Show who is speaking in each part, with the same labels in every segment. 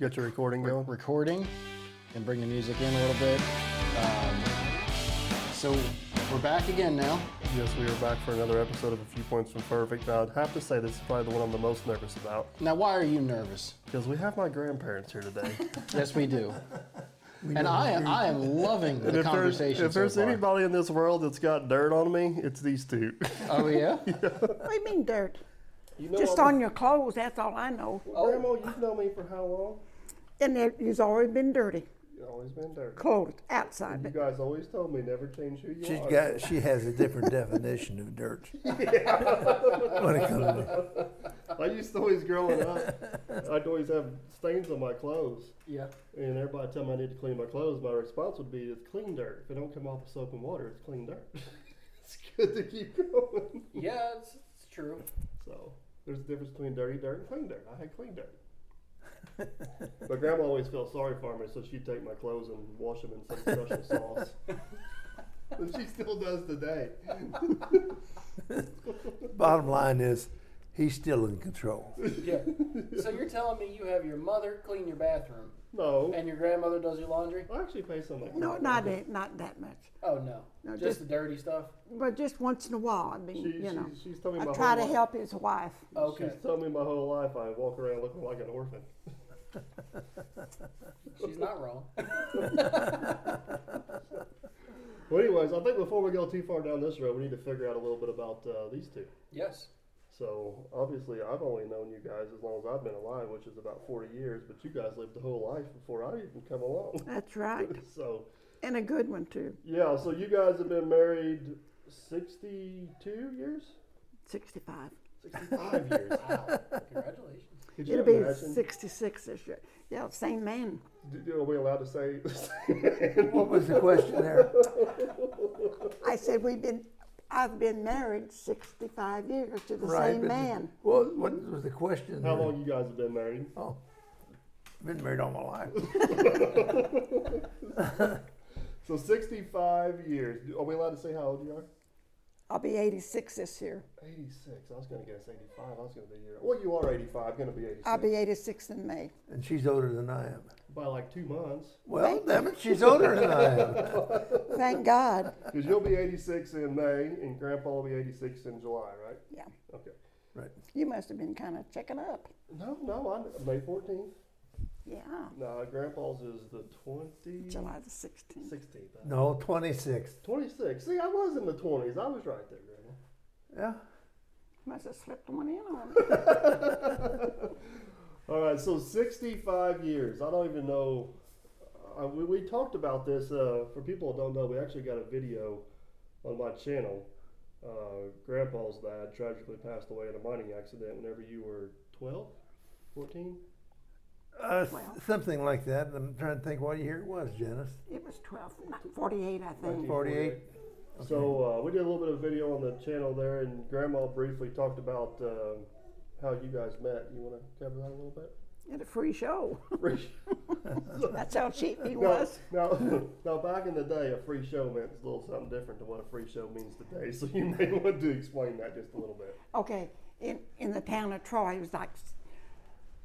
Speaker 1: Get your recording going.
Speaker 2: recording and bring the music in a little bit. Um, so we're back again now.
Speaker 1: Yes, we are back for another episode of A Few Points from Perfect. I'd have to say this is probably the one I'm the most nervous about
Speaker 2: Now, why are you nervous?
Speaker 1: because we have my grandparents here today.
Speaker 2: Yes, we do. and I am, I am loving
Speaker 1: And
Speaker 2: the
Speaker 1: if there's,
Speaker 2: conversation.
Speaker 1: if
Speaker 2: so
Speaker 1: there's
Speaker 2: far.
Speaker 1: anybody in this world that's got dirt on me, it's these two.
Speaker 2: oh yeah,
Speaker 3: What do you mean dirt?
Speaker 1: You know
Speaker 3: Just
Speaker 1: I'm-
Speaker 3: on your clothes, that's all I know.
Speaker 1: Grandma, you've known me for how long?
Speaker 3: And it, it's always been dirty,
Speaker 1: You've always been dirty.
Speaker 3: clothes,
Speaker 1: You
Speaker 3: outside. But
Speaker 1: guys always told me never change who you
Speaker 4: She's
Speaker 1: are.
Speaker 4: got. She has a different definition of dirt. when it comes to
Speaker 1: I used to always growing up, I'd always have stains on my clothes.
Speaker 2: yeah.
Speaker 1: And everybody tell me I need to clean my clothes, my response would be it's clean dirt. If it don't come off of soap and water, it's clean dirt. it's good to keep going.
Speaker 2: Yeah, it's, it's true.
Speaker 1: So there's a difference between dirty dirt and clean dirt. I had clean dirt. my grandma always felt sorry for me, so she'd take my clothes and wash them in some special sauce. And she still does today.
Speaker 4: bottom line is, he's still in control.
Speaker 5: Yeah. So you're telling me you have your mother clean your bathroom
Speaker 1: No.
Speaker 5: and your grandmother does your laundry?
Speaker 1: I actually pay somebody.
Speaker 3: no, not that, not that much.
Speaker 5: Oh no. just,
Speaker 3: just-
Speaker 5: the dirty stuff.
Speaker 3: But just once in a while, I mean,
Speaker 1: She,
Speaker 3: you know.
Speaker 1: she, she's told me
Speaker 3: I
Speaker 1: my
Speaker 3: try to
Speaker 1: whole
Speaker 3: help his wife.
Speaker 1: Life,
Speaker 5: Okay.
Speaker 1: She's told me my whole life I walk around looking like an orphan.
Speaker 5: She's not wrong.
Speaker 1: Well, anyways, I think before we go too far down this road, we need to figure out a little bit about uh, these two.
Speaker 5: Yes.
Speaker 1: So obviously, I've only known you guys as long as I've been alive, which is about 40 years. But you guys lived a whole life before I even come along.
Speaker 3: That's right.
Speaker 1: so
Speaker 3: And a good one, too.
Speaker 1: yeah, so you guys have been married 62 years,
Speaker 3: 65.
Speaker 1: 65 years. Wow.
Speaker 5: Congratulations.
Speaker 1: Could you
Speaker 3: It'll be
Speaker 1: imagine?
Speaker 3: 66 this year. Yeah, same man.
Speaker 1: D- Are we allowed to say?
Speaker 4: What was the question there?
Speaker 3: I said, we've been, I've been married 65 years to the
Speaker 4: but
Speaker 3: same
Speaker 4: the-
Speaker 3: man.
Speaker 4: Well, what was the question?
Speaker 1: How
Speaker 4: there?
Speaker 1: long you guys have been married?
Speaker 4: Oh, been married all my life.
Speaker 1: So 65 years. Are we allowed to say how old you are?
Speaker 3: I'll be 86 this year.
Speaker 1: 86. I was gonna guess 85. I was gonna be here. Well, you are 85. Gonna be 86.
Speaker 3: I'll be 86 in May.
Speaker 4: And she's older than I am.
Speaker 1: by like two months.
Speaker 4: Well, damn it, she's older than I am.
Speaker 3: Thank God.
Speaker 1: Because you'll be 86 in May, and Grandpa will be 86 in July, right?
Speaker 3: Yeah.
Speaker 1: Okay.
Speaker 4: Right.
Speaker 3: You must have been kind of checking up.
Speaker 1: No, no, I May 14th.
Speaker 3: Yeah.
Speaker 1: No, Grandpa's is the 20.
Speaker 3: July the 16th.
Speaker 1: 16th. huh?
Speaker 4: No, 26.
Speaker 1: 26. See, I was in the 20s. I was right there, Grandma.
Speaker 4: Yeah.
Speaker 3: Must have slipped one in on me.
Speaker 1: All right, so 65 years. I don't even know. Uh, we, we talked about this. Uh, for people who don't know, we actually got a video on my channel. Uh, Grandpa's dad tragically passed away in a mining accident whenever you were 12, 14.
Speaker 4: Uh, s- something like that. I'm trying to think what year it was, Janice.
Speaker 3: It was 12, not 48, I think.
Speaker 4: 48.
Speaker 1: So uh, we did a little bit of video on the channel there, and Grandma briefly talked about um how you guys met. You want to cover that a little bit?
Speaker 3: and a free show.
Speaker 1: Free-
Speaker 3: That's how cheap he
Speaker 1: Now,
Speaker 3: was.
Speaker 1: now, now, back in the day, a free show meant a little something different to what a free show means today. So you may want to explain that just a little bit.
Speaker 3: Okay, in, in the town of Troy, it was like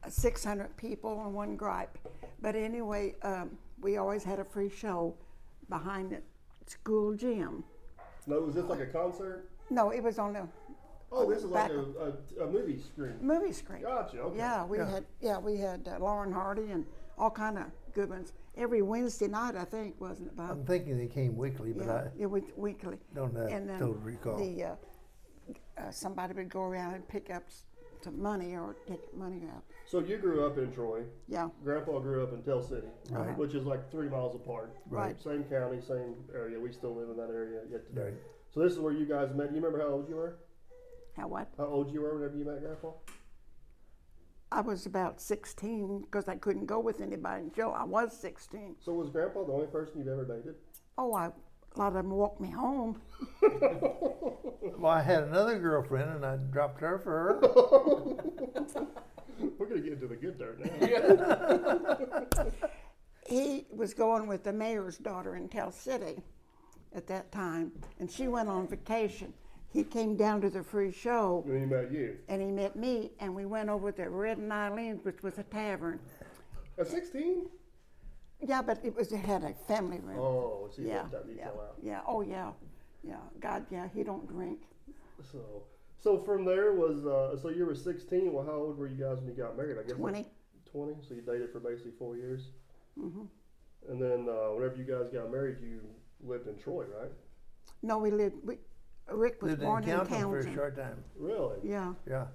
Speaker 3: s- 600 people and one gripe. But anyway, um, we always had a free show behind the school gym.
Speaker 1: Now, was this like a concert?
Speaker 3: No, it was on the
Speaker 1: Oh, this is like
Speaker 3: Back-
Speaker 1: a, a, a movie screen.
Speaker 3: movie screen.
Speaker 1: Gotcha, okay.
Speaker 3: Yeah, we had yeah we had uh, Lauren Hardy and all kind of good ones every Wednesday night. I think wasn't it,
Speaker 4: I'm
Speaker 3: Bob?
Speaker 4: thinking they came weekly, but
Speaker 3: Yeah,
Speaker 4: I,
Speaker 3: it was weekly.
Speaker 4: Don't have
Speaker 3: and then
Speaker 4: total recall.
Speaker 3: The uh, uh, somebody would go around and pick up s- some money or take money out.
Speaker 1: So you grew up in Troy.
Speaker 3: Yeah,
Speaker 1: Grandpa grew up in Tell City,
Speaker 3: Right.
Speaker 1: which is like three miles apart.
Speaker 3: Right.
Speaker 1: Same county, same area. We still live in that area yet today.
Speaker 4: Right.
Speaker 1: So this is where you guys met. You remember how old you were?
Speaker 3: how what?
Speaker 1: How old you were whenever you met Grandpa?
Speaker 3: I was about 16 because I couldn't go with anybody until I was 16.
Speaker 1: So was Grandpa the only person you'd ever dated?
Speaker 3: Oh, I, a lot of them walked me home.
Speaker 4: well, I had another girlfriend and I dropped her for her.
Speaker 1: We're gonna get into the good dirt now.
Speaker 3: he was going with the mayor's daughter in Tell City at that time, and she went on vacation. He came down to the free show,
Speaker 1: When he met you
Speaker 3: and he met me, and we went over to Red and Island, which was a tavern.
Speaker 1: at 16?
Speaker 3: Yeah, but it was it had a family room.
Speaker 1: Oh, see,
Speaker 3: yeah,
Speaker 1: that, that you
Speaker 3: yeah,
Speaker 1: fell out.
Speaker 3: yeah. Oh, yeah, yeah. God, yeah. He don't drink.
Speaker 1: So, so from there was uh, so you were 16. Well, how old were you guys when you got married? I guess
Speaker 3: Twenty.
Speaker 1: 20. So you dated for basically four years. Mm-hmm. And then uh, whenever you guys got married, you lived in Troy, right?
Speaker 3: No, we lived. We, Rick was
Speaker 4: Lived in
Speaker 3: born
Speaker 4: County for
Speaker 3: Townsend.
Speaker 4: a short time.
Speaker 1: Really?
Speaker 3: Yeah,
Speaker 4: Yeah.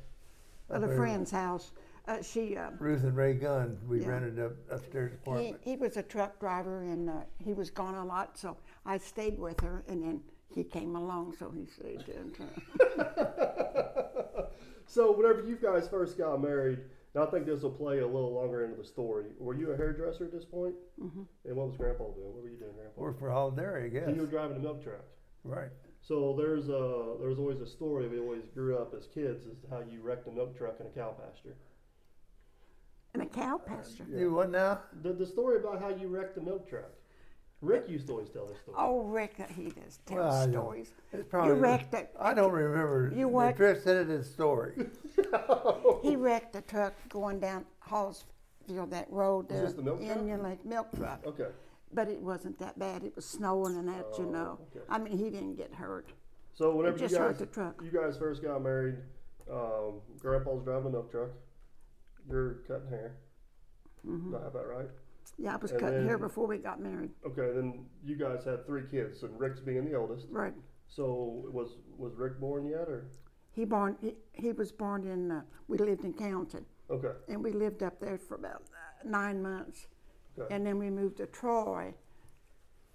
Speaker 3: at a friend's house. Uh, she. Uh,
Speaker 4: Ruth and Ray Gunn, we
Speaker 3: Yeah.
Speaker 4: rented up upstairs
Speaker 3: He,
Speaker 4: apartment.
Speaker 3: he was a truck driver and uh, he was gone a lot, so I stayed with her and then he came along, so he stayed there. uh, until-
Speaker 1: So whenever you guys first got married, and I think this will play a little longer into the story. Were you a hairdresser at this point? Mm-hmm. And what was Grandpa doing? What were you doing, Grandpa?
Speaker 4: Worked for Hall Dairy, I guess.
Speaker 1: You were driving a milk truck.
Speaker 4: Right.
Speaker 1: So there's a there's always a story we always grew up as kids is how you wrecked a milk truck in a cow pasture.
Speaker 3: And a
Speaker 4: Uh,
Speaker 3: cow pasture.
Speaker 4: You what now?
Speaker 1: The, the story about how you wrecked the milk truck. Rick used to always tell this story.
Speaker 3: Oh, Rick, he just tells
Speaker 4: I don't-
Speaker 3: stories.
Speaker 4: It's probably,
Speaker 3: you wrecked it.
Speaker 4: I don't remember.
Speaker 3: You what?
Speaker 4: Chris said it in story.
Speaker 3: He wrecked the truck going down Hallsfield, that road there.
Speaker 1: this the milk truck?
Speaker 3: Indian Lake milk truck.
Speaker 1: Okay. Oh,
Speaker 3: But it wasn't that bad. It was snowing and that, you know.
Speaker 1: okay.
Speaker 3: I mean, he didn't get hurt.
Speaker 1: So whenever
Speaker 3: just
Speaker 1: you
Speaker 3: hurt
Speaker 1: guys
Speaker 3: the truck.
Speaker 1: you guys first got married, um, Grandpa's driving a milk truck. You're cutting hair.
Speaker 3: Mm-hmm.
Speaker 1: Do I have that right?
Speaker 3: Yeah, I was
Speaker 1: And
Speaker 3: cutting hair
Speaker 1: then-
Speaker 3: before we got married.
Speaker 1: Okay, then you guys had three kids, and Rick's being the oldest.
Speaker 3: Right.
Speaker 1: So was was Rick born yet, or
Speaker 3: He, born, he, he was born in, uh, we lived in County.
Speaker 1: okay?
Speaker 3: and we lived up there for about uh, nine months.
Speaker 1: Okay.
Speaker 3: And then we moved to Troy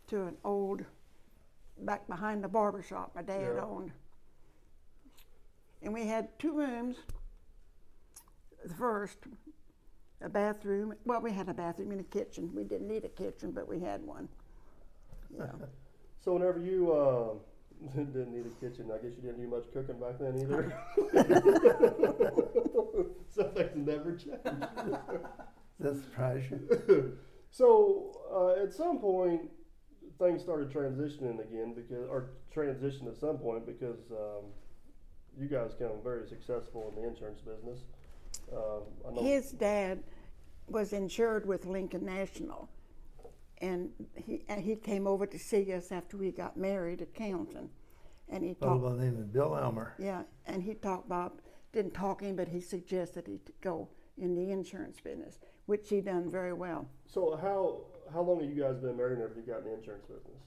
Speaker 3: to an old, back behind the barber shop my dad
Speaker 1: Yeah.
Speaker 3: owned. And we had two rooms. The first, a bathroom. Well, we had a bathroom and a kitchen. We didn't need a kitchen, but we had one. Yeah.
Speaker 1: So whenever you um, didn't need a kitchen, I guess you didn't do much cooking back then either. Some things never change.
Speaker 4: That surprised you.
Speaker 1: So uh, at some point, things started transitioning again because, or transition at some point because um, you guys become very successful in the insurance business. Um, I know
Speaker 3: His dad was insured with Lincoln National, and he and he came over to see us after we got married at Counton, and he
Speaker 4: Fellow
Speaker 3: talked.
Speaker 4: by the name of Bill Elmer.
Speaker 3: Yeah, and he talked Bob didn't talk him, but he suggested he t- go in the insurance business, which he done very well.
Speaker 1: So how how long have you guys been married? Whenever you got in the insurance business,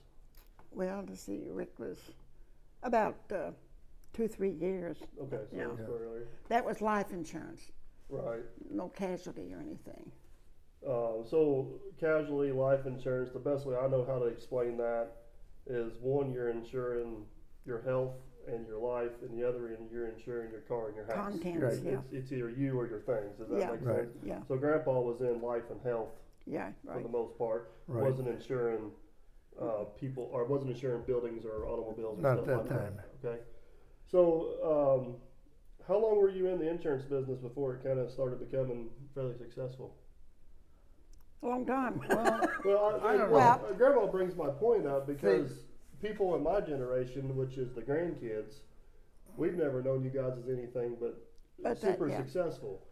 Speaker 3: Well, to see Rick was about uh, two three years.
Speaker 1: okay, so
Speaker 3: Yeah.
Speaker 1: it's earlier,
Speaker 3: That was life insurance,
Speaker 1: right?
Speaker 3: no casualty or anything.
Speaker 1: Um, so casualty life insurance. The best way I know how to explain that is one, you're insuring your health and your life, and the other, and you're insuring your car and your house.
Speaker 3: Contents,
Speaker 4: Right.
Speaker 3: yeah,
Speaker 1: It's, it's either you or your things. Does that
Speaker 3: Yeah.
Speaker 1: make
Speaker 4: Right.
Speaker 1: sense?
Speaker 3: Yeah.
Speaker 1: So Grandpa was in life and health
Speaker 3: yeah,
Speaker 1: for
Speaker 3: right.
Speaker 1: the most part.
Speaker 4: Right.
Speaker 1: Wasn't insuring uh, people or wasn't insuring buildings or automobiles. and
Speaker 4: Not at
Speaker 1: stuff
Speaker 4: that
Speaker 1: like
Speaker 4: time.
Speaker 1: Okay. So, um, how long were you in the insurance business before it kind of started becoming fairly successful.
Speaker 3: a long time.
Speaker 1: Well, I,
Speaker 3: don't
Speaker 1: well,
Speaker 3: know.
Speaker 1: Grandma brings my point up because people in my generation, which is the grandkids, we've never known you guys as anything but,
Speaker 3: But that-
Speaker 1: super
Speaker 3: yeah.
Speaker 1: successful.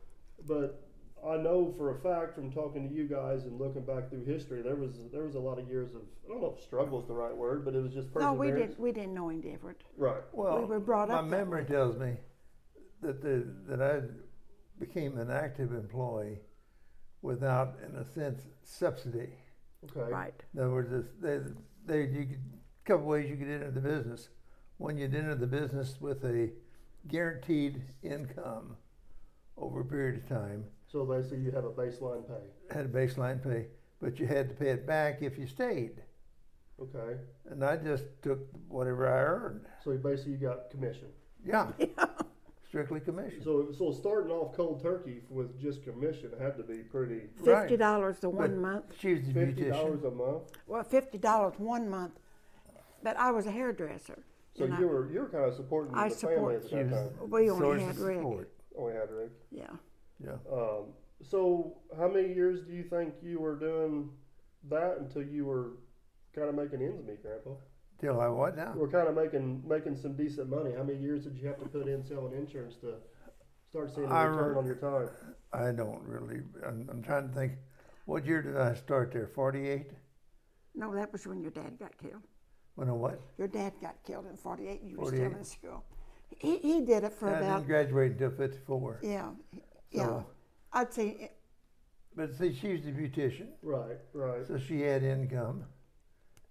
Speaker 1: But I know for a fact from talking to you guys and looking back through history, there was there was a lot of years of I don't know if struggle is the right word, but it was just
Speaker 3: no,
Speaker 1: perseverance.
Speaker 3: we didn't. We didn't know any different.
Speaker 1: Right.
Speaker 4: Well,
Speaker 3: were brought up that
Speaker 4: My memory tells me that the, that I became an active employee without, in a sense, subsidy.
Speaker 1: Okay.
Speaker 3: Right.
Speaker 4: In other words, it's- they, they, you could, a couple ways you could enter the business. One, you'd enter the business with a guaranteed income over a period of time,
Speaker 1: So basically, you have a baseline pay.
Speaker 4: had a baseline pay, but you had to pay it back if you stayed.
Speaker 1: Okay.
Speaker 4: And I just took whatever I earned.
Speaker 1: So basically, you got commission.
Speaker 4: Yeah. Strictly commission.
Speaker 1: So so starting off cold turkey with just commission had to be pretty.
Speaker 4: Right.
Speaker 3: Fifty dollars to
Speaker 4: But
Speaker 3: one month.
Speaker 4: She was a
Speaker 1: Fifty
Speaker 4: beautician.
Speaker 1: dollars a month.
Speaker 3: Well, fifty dollars one month. But I was a hairdresser.
Speaker 1: So
Speaker 3: and I-
Speaker 1: you were you were kind of supporting
Speaker 3: I
Speaker 1: the
Speaker 3: support-
Speaker 1: family at
Speaker 4: She
Speaker 1: that
Speaker 4: was
Speaker 1: time.
Speaker 3: We only
Speaker 4: source
Speaker 3: had
Speaker 4: of
Speaker 3: Rick.
Speaker 4: support.
Speaker 1: Oh yeah, Rick.
Speaker 3: Yeah.
Speaker 4: Yeah.
Speaker 1: Um, so how many years do you think you were doing that until you were kind of making ends meet, Grandpa?
Speaker 4: Till I what now?
Speaker 3: Uh.
Speaker 1: You were kind of making making some decent money. How many years did you have to put in selling insurance to start seeing a
Speaker 4: I
Speaker 1: return
Speaker 4: re-
Speaker 1: on your time?
Speaker 4: I don't really. I'm, I'm trying to think. What year did I start there? 48?
Speaker 3: No, that was when your dad got killed.
Speaker 4: When I what?
Speaker 3: Your dad got killed in '48. You were still
Speaker 4: 48.
Speaker 3: in school. He, he did it for
Speaker 4: I
Speaker 3: about
Speaker 4: didn't graduate until 54.
Speaker 3: yeah, yeah.
Speaker 4: So-
Speaker 3: I'd say it-
Speaker 4: But see, she was a beautician,
Speaker 1: Right, right.
Speaker 4: so she had income.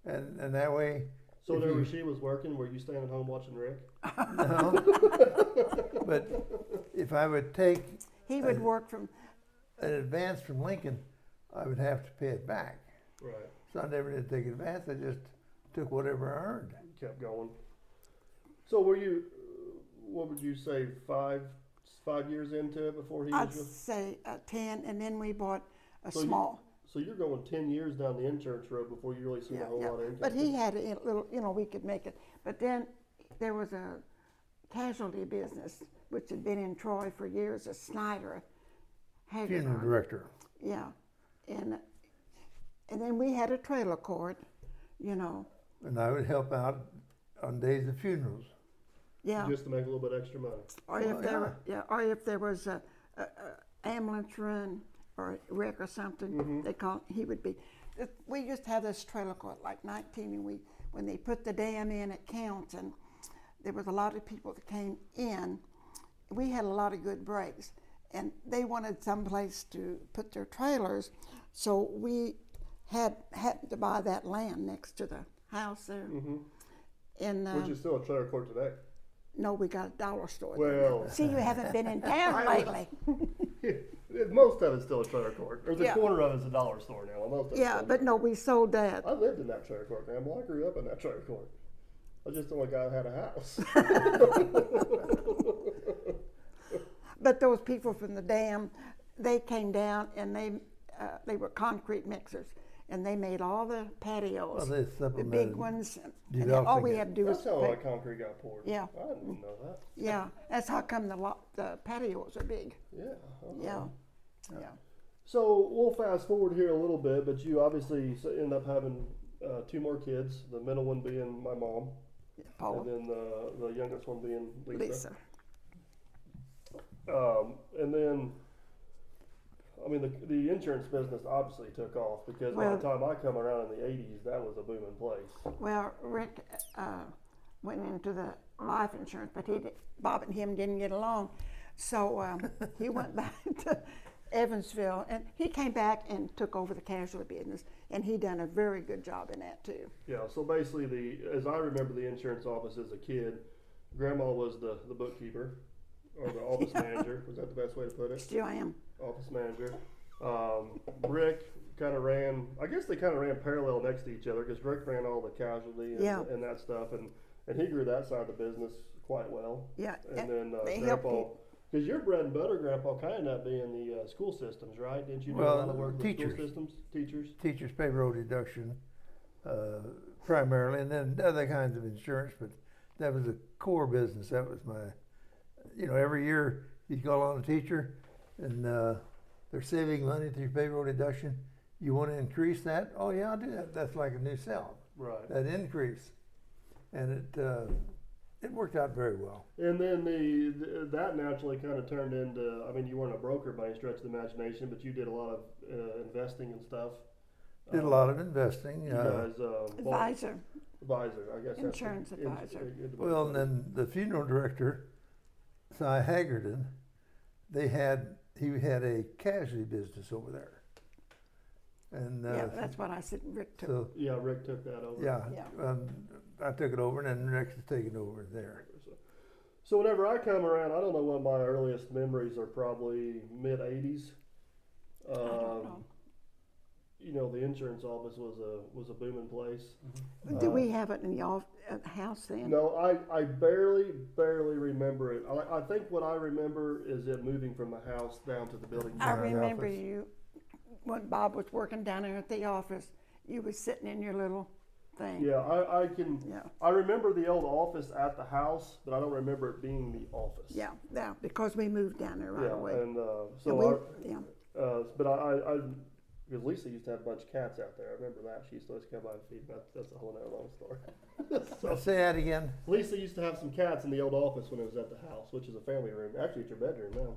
Speaker 4: And, and that way,
Speaker 1: So
Speaker 4: if
Speaker 1: there
Speaker 3: Mm-hmm.
Speaker 4: you-
Speaker 1: where she was working, were you staying at home watching Rick?
Speaker 4: but if I would take
Speaker 3: he would work from
Speaker 4: an advance from Lincoln, I would have to pay it back.
Speaker 1: Right.
Speaker 4: So I never did take advance. I just took whatever I earned.
Speaker 1: Kept going. So were you? What would you say? Five five years into it before he
Speaker 3: I'd
Speaker 1: was. with-
Speaker 3: say uh, ten, and then we bought a
Speaker 1: So you-
Speaker 3: small.
Speaker 1: So you're going ten years down the insurance road before you really see a
Speaker 3: Yeah,
Speaker 1: whole
Speaker 3: yeah.
Speaker 1: lot of income.
Speaker 3: But he had a little, you know, we could make it. But then there was a casualty business which had been in Troy for years, a Snyder.
Speaker 4: Funeral
Speaker 3: Haggard,
Speaker 4: director.
Speaker 3: yeah, and and then we had a trailer court, you know,
Speaker 4: And I would help out on days of funerals.
Speaker 3: yeah.
Speaker 1: just to make a little bit extra money.
Speaker 3: Or if there, were- yeah, or if there was a, a, a ambulance run or a wreck or something, they call, he would be. It- We used to have this trailer court like nineteen and we, when they put the dam in at Counts and there was a lot of people that came in. We had a lot of good breaks and they wanted someplace to put their trailers. So we had, had to buy that land next to the house there. And, uh,
Speaker 1: Which is still a trailer court today.
Speaker 3: no, we got a dollar store. there.
Speaker 1: Well,
Speaker 3: See, you haven't been in town lately.
Speaker 1: most of it's still a trailer court. Or the
Speaker 3: Yeah.
Speaker 1: quarter of it's a dollar store now. Most of it's
Speaker 3: Yeah,
Speaker 1: still-
Speaker 3: but no, we sold that.
Speaker 1: I lived in that trailer court, Grandma. I grew up in that trailer court. I was just the only guy that had a house.
Speaker 3: But those people from the dam, they came down and they uh, they were concrete mixers, and they made all the
Speaker 4: Well,
Speaker 3: patios,
Speaker 4: they
Speaker 3: the big
Speaker 4: supplemented
Speaker 3: ones. and all
Speaker 4: developing
Speaker 3: we
Speaker 4: it.
Speaker 3: had to do was
Speaker 1: That's how all
Speaker 3: put-
Speaker 1: that concrete got poured.
Speaker 3: Yeah.
Speaker 1: I didn't know that.
Speaker 3: yeah. That's how come the lot, the patios are big.
Speaker 1: Yeah. okay.
Speaker 4: Oh.
Speaker 3: Yeah, yeah.
Speaker 1: So we'll fast forward here a little bit, but you obviously s- end up having uh, two more kids. The middle one being my mom, and
Speaker 3: Paul,
Speaker 1: then the the youngest one being
Speaker 3: Oh. Lisa.
Speaker 1: Um, and then, I mean, the, the insurance business obviously took off because by
Speaker 3: Well-
Speaker 1: the time I come around in the 80s, that was a booming place.
Speaker 3: Well, Rick uh, went into the life insurance, but he did, Bob and him didn't get along, so um, he went back to Evansville, and he came back and took over the casualty business, and he done a very good job in that too.
Speaker 1: Yeah, so basically, the as I remember the insurance office as a kid, grandma was the, the bookkeeper or the office manager. Was that the best way to put it?
Speaker 3: Still am.
Speaker 1: Office manager. Um, Rick kind of ran, I guess they kind of ran parallel next to each other because Rick ran all the casualty and,
Speaker 3: Yeah.
Speaker 1: and that stuff, and, and he grew that side of the business quite well.
Speaker 3: Yeah,
Speaker 1: and then uh,
Speaker 3: they helped
Speaker 1: grandpa, because your bread and butter, grandpa, kind of not being the uh, school systems, right? Didn't you do a lot
Speaker 4: Well,
Speaker 1: of work with
Speaker 4: teachers.
Speaker 1: school systems, teachers?
Speaker 4: teacher's payroll deduction uh, primarily, and then other kinds of insurance, but that was the core business. That was my, you know, every year you'd call on a teacher and uh, They're saving money through payroll reduction. You want to increase that? Oh, yeah, I'll do that. That's like a new cell,
Speaker 1: Right.
Speaker 4: that increase. And it, uh, it worked out very well.
Speaker 1: And then the, th that naturally kind of turned into. I mean, you weren't a broker by any stretch of the imagination, but you did a lot of uh, investing and stuff.
Speaker 4: Did a lot of investing.
Speaker 1: You
Speaker 4: uh,
Speaker 1: guys, uh, bought-
Speaker 3: Advisor.
Speaker 1: advisor, I guess. that's the-
Speaker 3: Insurance
Speaker 1: ins-
Speaker 3: advisor.
Speaker 1: uh, ad-
Speaker 4: Well, and then the funeral director, Si Haggerton, they had he had a casualty business over there, and
Speaker 3: Yeah,
Speaker 4: uh,
Speaker 3: that's what I said, Rick took.
Speaker 4: so
Speaker 1: yeah, Rick took that over.
Speaker 4: yeah,
Speaker 3: Yeah.
Speaker 4: Um, I took it over, and then Rex is taking over there.
Speaker 1: So whenever I come around, I don't know what my earliest memories are. Probably mid '80s. Um,
Speaker 3: I don't know.
Speaker 1: You know, the insurance office was a was a booming place.
Speaker 3: Mm-hmm. Do we have it in the off, uh, house then?
Speaker 1: uh, No, I, I barely, barely remember it. I, I think what I remember is it moving from the house down to the building.
Speaker 3: I
Speaker 4: in the
Speaker 3: remember
Speaker 4: office.
Speaker 3: you, when Bob was working down there at the office, you was sitting in your little thing.
Speaker 1: Yeah, I, I can.
Speaker 3: Yeah.
Speaker 1: I remember the old office at the house, but I don't remember it being the office.
Speaker 3: Yeah, yeah, because we moved down there right
Speaker 1: Yeah,
Speaker 3: away.
Speaker 1: and uh,
Speaker 3: And
Speaker 1: so
Speaker 3: we-
Speaker 1: our-
Speaker 3: yeah.
Speaker 1: Uh, but I, I, I, because Lisa used to have a bunch of cats out there. I remember that. She used to always come by and feed. That, that's a whole other long story.
Speaker 4: I'll
Speaker 1: so,
Speaker 4: say that again.
Speaker 1: Lisa used to have some cats in the old office when it was at the house, which is a family room. Actually, it's your bedroom now.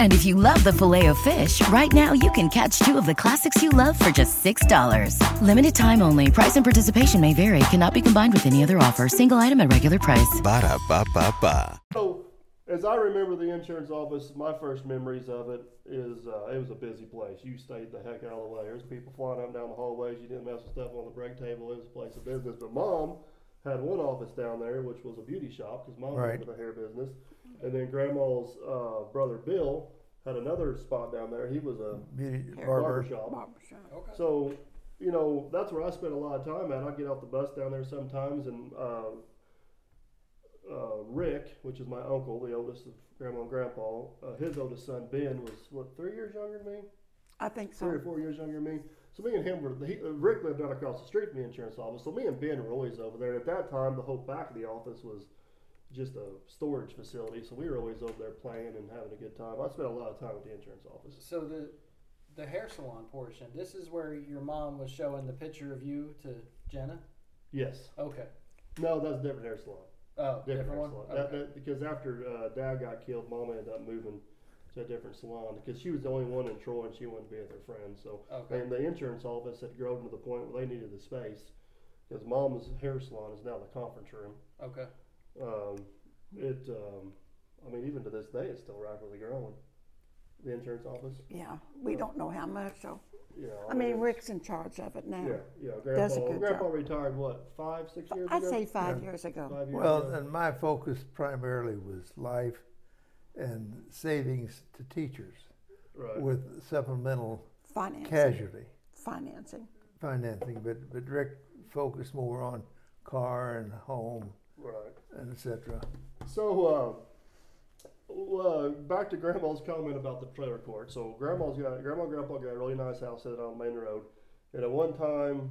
Speaker 6: And if you love the filet of fish, right now you can catch two of the classics you love for just $6. Limited time only. Price and participation may vary. Cannot be combined with any other offer. Single item at regular price.
Speaker 7: Ba-da-ba-ba-ba.
Speaker 1: So, as I remember the insurance office, my first memories of it is uh, it was a busy place. You stayed the heck out of the way. There's people flying up and down the hallways. You didn't mess with stuff on the break table. It was a place of business. But mom had one office down there, which was a beauty shop because mom
Speaker 4: Right.
Speaker 1: was in the hair business. And then grandma's uh, brother Bill had another spot down there. He was a
Speaker 4: Beauty
Speaker 1: barber
Speaker 4: barber.
Speaker 1: shop.
Speaker 3: Barbershop.
Speaker 1: So, you know, that's where I spend a lot of time at. I get off the bus down there sometimes, and uh, uh, Rick, which is my uncle, the oldest of grandma and grandpa, uh, his oldest son Ben was what three years younger than me,
Speaker 3: I think
Speaker 1: three
Speaker 3: so.
Speaker 1: or four years younger than me. So me and him were he, uh, Rick lived right across the street from the insurance office. So me and Ben were always over there. And at that time, the whole back of the office was just a storage facility. So we were always over there playing and having a good time. I spent a lot of time at the insurance office.
Speaker 5: So the the hair salon portion. This is where your mom was showing the picture of you to Jenna.
Speaker 1: Yes.
Speaker 5: Okay.
Speaker 1: No, that's a different hair salon.
Speaker 5: Oh, different,
Speaker 1: different
Speaker 5: one.
Speaker 1: salon.
Speaker 5: Okay.
Speaker 1: That, that, because after uh, Dad got killed, Mama ended up moving to a different salon because she was the only one in Troy and she wanted to be with her friends. So
Speaker 5: Okay.
Speaker 1: and the insurance office had grown to the point where they needed the space because Mama's hair salon is now the conference room.
Speaker 5: Okay.
Speaker 1: Um, it, um, I mean, even to this day, it's still rapidly growing. The insurance office.
Speaker 3: Yeah, we don't know how much, so,
Speaker 1: Yeah.
Speaker 3: I mean,
Speaker 1: it's-
Speaker 3: Rick's in charge of it now.
Speaker 1: Yeah, yeah. Grandpa,
Speaker 3: does a good
Speaker 1: Grandpa
Speaker 3: job.
Speaker 1: retired what five, six years
Speaker 3: I'd
Speaker 1: ago.
Speaker 3: say five years ago.
Speaker 1: Five years
Speaker 4: Well,
Speaker 1: ago.
Speaker 4: and my focus primarily was life and savings to teachers
Speaker 1: right.
Speaker 4: with supplemental
Speaker 3: Financing,
Speaker 4: casualty.
Speaker 3: financing.
Speaker 4: financing, but, but Rick focused more on car and home
Speaker 1: right.
Speaker 4: and et cetera.
Speaker 1: So, uh, uh, back to Grandma's comment about the trailer court. So, Grandma's got Grandma and Grandpa got a really nice house set on the main road, and at one time,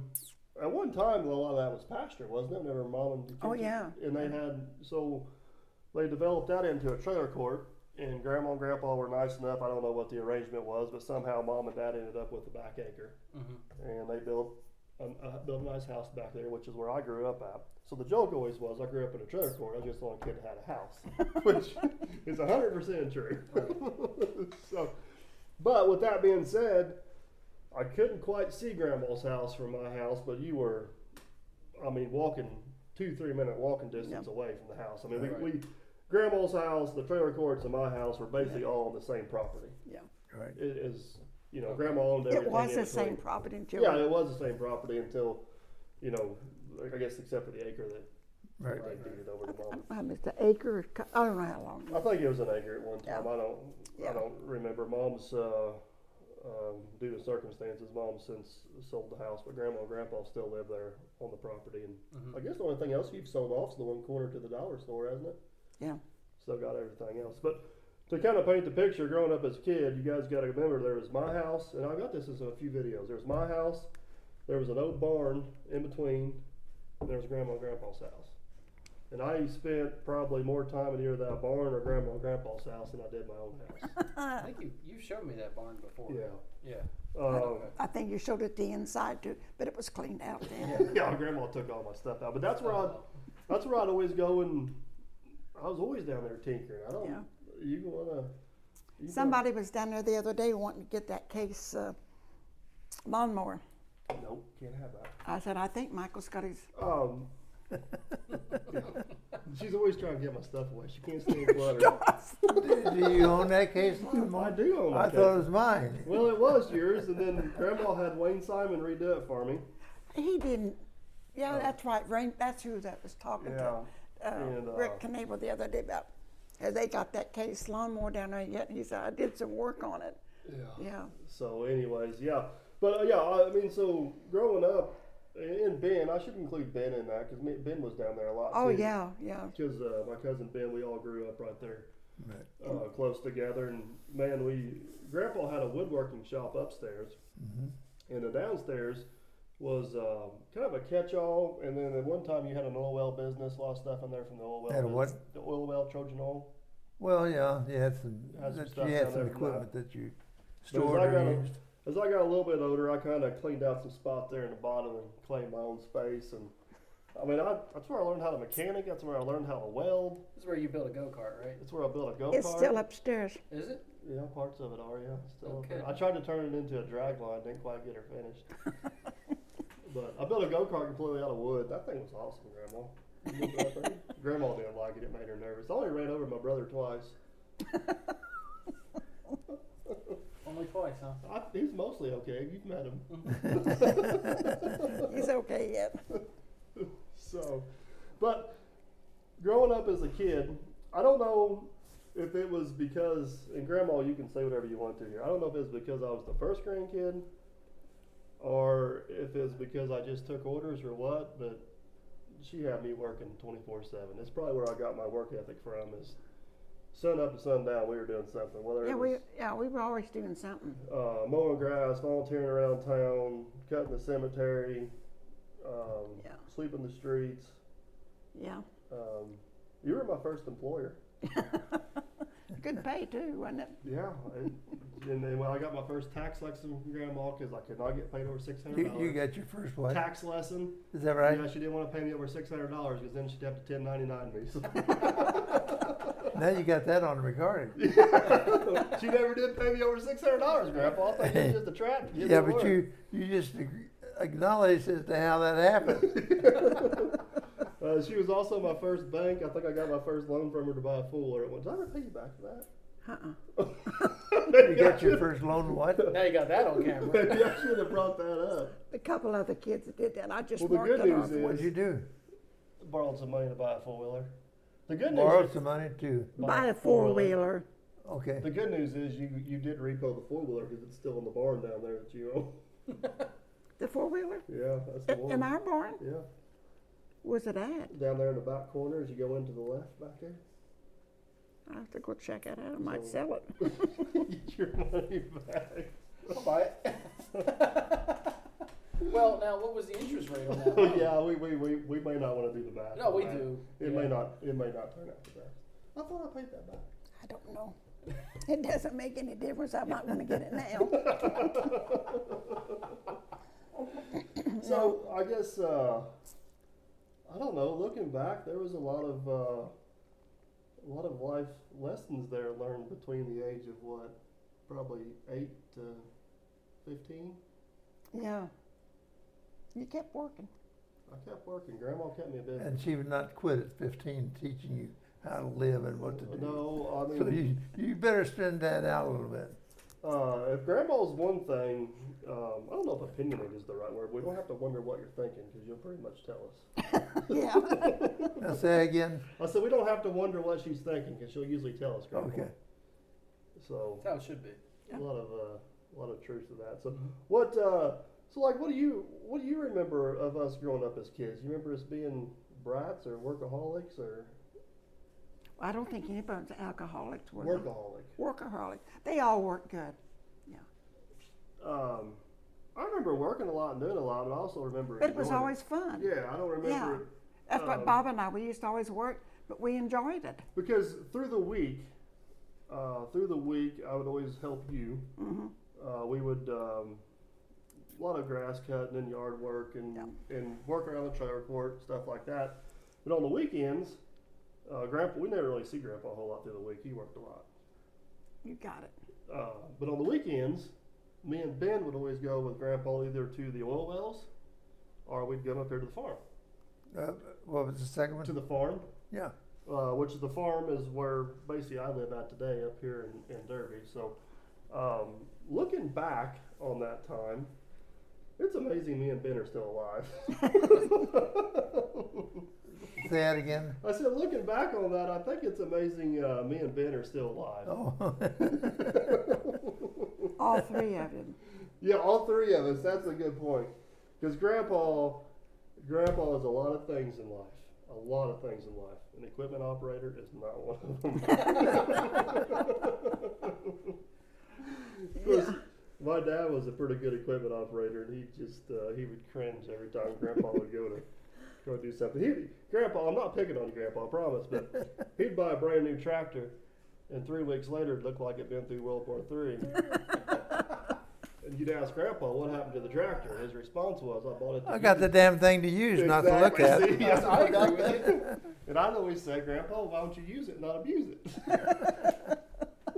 Speaker 1: at one time, a lot of that was pasture, wasn't it? Whenever Mom and the
Speaker 3: Oh,
Speaker 1: kids-
Speaker 3: yeah.
Speaker 1: and they had so they developed that into a trailer court. And Grandma and Grandpa were nice enough. I don't know what the arrangement was, but somehow Mom and Dad ended up with the back acre, and they built um, uh, built a nice house back there, which is where I grew up at. So the joke always was, I grew up in a trailer court. I was just the only kid that had a house, which is hundred percent true. so, but with that being said, I couldn't quite see Grandma's house from my house, but you were, I mean, walking two, three minute walking distance away from the house. I mean,
Speaker 5: Right.
Speaker 1: we, we, grandma's house, the trailer courts, and my house were basically all on the same property.
Speaker 3: Yeah.
Speaker 4: Right.
Speaker 1: It is, you know, grandma owned everything.
Speaker 3: It was
Speaker 1: in
Speaker 3: the same
Speaker 1: between.
Speaker 3: property until.
Speaker 1: Yeah, it was the same property until, you know, like, I guess except for the acre that
Speaker 4: Right.
Speaker 1: they deeded over to mom.
Speaker 3: I missed Um, an acre. or co- I don't know how long.
Speaker 1: I think it was an acre at one time.
Speaker 3: Yeah.
Speaker 1: I don't.
Speaker 3: Yeah.
Speaker 1: I don't remember. Mom's uh, um, due to circumstances, mom since sold the house, but grandma and grandpa still live there on the property. And I guess the only thing else you've sold off is the one corner to the dollar store, hasn't it?
Speaker 3: Yeah.
Speaker 1: Still got everything else, but. To kind of paint the picture, growing up as a kid, you guys got to remember there was my house, and I got this as a few videos. There was my house, there was an old barn in between, and there was grandma and grandpa's house. And I spent probably more time in either that barn or grandma and grandpa's house than I did my own house.
Speaker 5: I think you you showed me that barn before.
Speaker 1: Yeah.
Speaker 5: Yeah.
Speaker 1: Um,
Speaker 3: I think you showed it the inside too, but it was cleaned out then.
Speaker 1: yeah, grandma took all my stuff out, but that's where I, that's where I'd always go and I was always down there tinkering. I don't.
Speaker 3: Yeah.
Speaker 1: You wanna?
Speaker 3: Somebody was down there the other day wanting to get that case uh, lawnmower.
Speaker 1: Nope, can't have that.
Speaker 3: I said, I think Michael's got his.
Speaker 1: Um. she's always trying to get my stuff away. She can't stand clutter.
Speaker 4: Do you own that case?
Speaker 1: I do own.
Speaker 4: I
Speaker 1: my
Speaker 4: thought it
Speaker 1: case.
Speaker 4: was mine.
Speaker 1: Well, it was yours, and then Grandma had Wayne Simon redo it for me.
Speaker 3: He didn't. Yeah,
Speaker 1: Oh.
Speaker 3: that's right. Rain, that's who that was talking to. Uh,
Speaker 1: And, uh,
Speaker 3: Rick Knebel the other day about. uh, They got that case lawnmower down there yet. He said, I did some work on it. Yeah. Yeah.
Speaker 1: So, anyways, yeah. But uh, yeah, I I mean, so growing up, and Ben, I should include Ben in that because Ben was down there a lot.
Speaker 3: Oh,
Speaker 1: too.
Speaker 3: yeah, yeah.
Speaker 1: Because uh, my cousin Ben, we all grew up right there, uh, close together. And man, we Grandpa had a woodworking shop upstairs,
Speaker 4: Mm-hmm.
Speaker 1: and the downstairs was um, kind of a catch-all. And then at one time, you had an oil well business, a lot of stuff in there from the oil well.
Speaker 4: Had a
Speaker 1: bus-
Speaker 4: what?
Speaker 1: The oil well Trojan oil.
Speaker 4: Well, yeah, you had some,
Speaker 1: Had some
Speaker 4: that-
Speaker 1: stuff
Speaker 4: you
Speaker 1: down
Speaker 4: had
Speaker 1: there
Speaker 4: some
Speaker 1: from
Speaker 4: equipment that you
Speaker 1: But
Speaker 4: stored
Speaker 1: as, I got
Speaker 4: or
Speaker 1: a,
Speaker 4: used.
Speaker 1: as I got a little bit older, I kind of cleaned out some spots there in the bottom and claimed my own space. And I mean, I, that's where I learned how to mechanic. That's where I learned how to weld.
Speaker 5: This is where you built a go kart, right?
Speaker 1: That's where I built a go kart.
Speaker 3: It's still upstairs.
Speaker 5: Is it?
Speaker 1: Yeah, parts of it are yeah. it's Still up there.
Speaker 5: Okay.
Speaker 1: I tried to turn it into a drag line. Didn't quite get her finished. but I built a go kart completely out of wood. That thing was awesome, Grandma. You remember that thing? Grandma didn't like it. It made her nervous. I only ran over my brother twice.
Speaker 5: Only twice, huh?
Speaker 1: I, he's mostly okay. You've met him.
Speaker 3: He's okay yet.
Speaker 1: So, but growing up as a kid, I don't know if it was because, and Grandma, you can say whatever you want to here. I don't know if it's because I was the first grandkid or if it's because I just took orders or what, but she had me working 24 7. It's probably where I got my work ethic from is sun up to sundown, we were doing something. Whether
Speaker 3: Yeah,
Speaker 1: it
Speaker 3: we
Speaker 1: was
Speaker 3: yeah we were always doing something.
Speaker 1: uh, mowing grass, volunteering around town, cutting the cemetery, um,
Speaker 3: Yeah.
Speaker 1: sweeping the streets.
Speaker 3: Yeah,
Speaker 1: Um, you were my first employer.
Speaker 3: good pay too, wasn't it?
Speaker 1: Yeah, and, and then when I got my first tax lesson from Grandma because I could not get paid over six hundred
Speaker 4: You, you
Speaker 1: dollars.
Speaker 4: got your first one.
Speaker 1: Tax lesson.
Speaker 4: Is that right?
Speaker 1: Yeah, she didn't want to pay me over six hundred dollars because then she'd have to ten ninety nine me. So
Speaker 4: Now you got that on recording.
Speaker 1: she never did pay me over six hundred dollars, Grandpa. I thought it was just a trap. to get
Speaker 4: yeah,
Speaker 1: me to
Speaker 4: but
Speaker 1: work.
Speaker 4: you you just ag- acknowledged as to how that happened.
Speaker 1: Uh, she was also my first bank. I think I got my first loan from her to buy a fuller. Did I ever pay you back for that?
Speaker 4: You got your first loan what?
Speaker 5: Now you got that on camera.
Speaker 1: Maybe I should have brought that up.
Speaker 3: A couple other kids that did that. I just
Speaker 1: Well, the
Speaker 3: marked
Speaker 1: good
Speaker 3: it off.
Speaker 1: news is
Speaker 4: What'd you do?
Speaker 1: borrowed some money to buy a four wheeler. The good news
Speaker 4: Borrowed
Speaker 1: is-
Speaker 4: some money too.
Speaker 3: Buy a four wheeler.
Speaker 4: Okay.
Speaker 1: The good news is you you did repo the four wheeler because it's still in the barn down there that you own.
Speaker 3: The four wheeler
Speaker 1: Yeah, that's the
Speaker 3: in
Speaker 1: one.
Speaker 3: our barn
Speaker 1: Yeah,
Speaker 3: was it at?
Speaker 1: down there in the back corner as you go into the left back there.
Speaker 3: I have to go check it out. I might sell it.
Speaker 1: Get your money back.
Speaker 5: I'll buy it. well, now what was the interest rate on that?
Speaker 1: But yeah, we, we, we, we may not want to do the math.
Speaker 5: No,
Speaker 1: on
Speaker 5: we
Speaker 1: that.
Speaker 5: do.
Speaker 1: It
Speaker 5: Yeah.
Speaker 1: may not it may not turn out the best. I thought I paid that back.
Speaker 3: I don't know. It doesn't make any difference. I might want to get it now.
Speaker 1: So I guess uh, I don't know. Looking back, there was a lot of uh, a lot of life lessons there learned between the age of what, probably eight to fifteen.
Speaker 3: Yeah. You kept working.
Speaker 1: I kept working. Grandma kept me busy.
Speaker 4: And she would not quit at 15 teaching you how to live and what to do.
Speaker 1: No, I mean,
Speaker 4: So you, you better send that out a little bit.
Speaker 1: Uh, if grandma's one thing, um, I don't know if opinionated is the right word. We don't have to wonder what you're thinking because you'll pretty much tell us.
Speaker 3: Yeah.
Speaker 4: Now say again.
Speaker 1: I said we don't have to wonder what she's thinking because she'll usually tell us. Grandma.
Speaker 4: Okay.
Speaker 1: So
Speaker 5: That's how it should be.
Speaker 1: a lot of uh, a lot of truth to that. So what? Uh, so like, what do you what do you remember of us growing up as kids? You remember us being brats or workaholics or
Speaker 3: I don't think anybody's alcoholics were. they?
Speaker 1: workaholic?
Speaker 3: Workaholic. They all work good. Yeah.
Speaker 1: Um, I remember working a lot and doing a lot, but I also remember.
Speaker 3: But it was
Speaker 1: enjoying
Speaker 3: always fun.
Speaker 1: Yeah, I don't remember.
Speaker 3: Yeah. That's
Speaker 1: um,
Speaker 3: what Bob and I, we used to always work, but we enjoyed it.
Speaker 1: because through the week, uh, through the week, I would always help you. Uh, we would um, a lot of grass cutting and yard work and and work around the trailer court stuff like that. But on the weekends, uh, Grandpa, we never really see Grandpa a whole lot through the week. He worked a lot.
Speaker 3: You got it.
Speaker 1: Uh, but on the weekends, me and Ben would always go with Grandpa either to the oil wells, or we'd go up there to the farm.
Speaker 4: Uh, what was the second one?
Speaker 1: To the farm,
Speaker 4: yeah.
Speaker 1: uh, which is the farm is where basically I live at today up here in, in Derby. So, um, looking back on that time, it's amazing me and Ben are still alive.
Speaker 4: Say that again.
Speaker 1: I said, looking back on that, I think it's amazing uh, me and Ben are still alive.
Speaker 4: Oh,
Speaker 3: All three of them.
Speaker 1: Yeah, all three of us. That's a good point. Because Grandpa, Grandpa is a lot of things in life. A lot of things in life. An equipment operator is not one of them. of course, my dad was a pretty good equipment operator, and he just uh, he would cringe every time Grandpa would go to go do something. He, Grandpa, I'm not picking on you, Grandpa, I promise, but he'd buy a brand new tractor, and three weeks later, it looked like it'd been through World War Three. And you'd ask Grandpa, what happened to the tractor? His response was, I bought it. to
Speaker 4: I got
Speaker 1: use."
Speaker 4: the damn thing to use, not to look at.
Speaker 1: See, yes, I agree with you. And I always say, Grandpa, why don't you use it, not abuse it?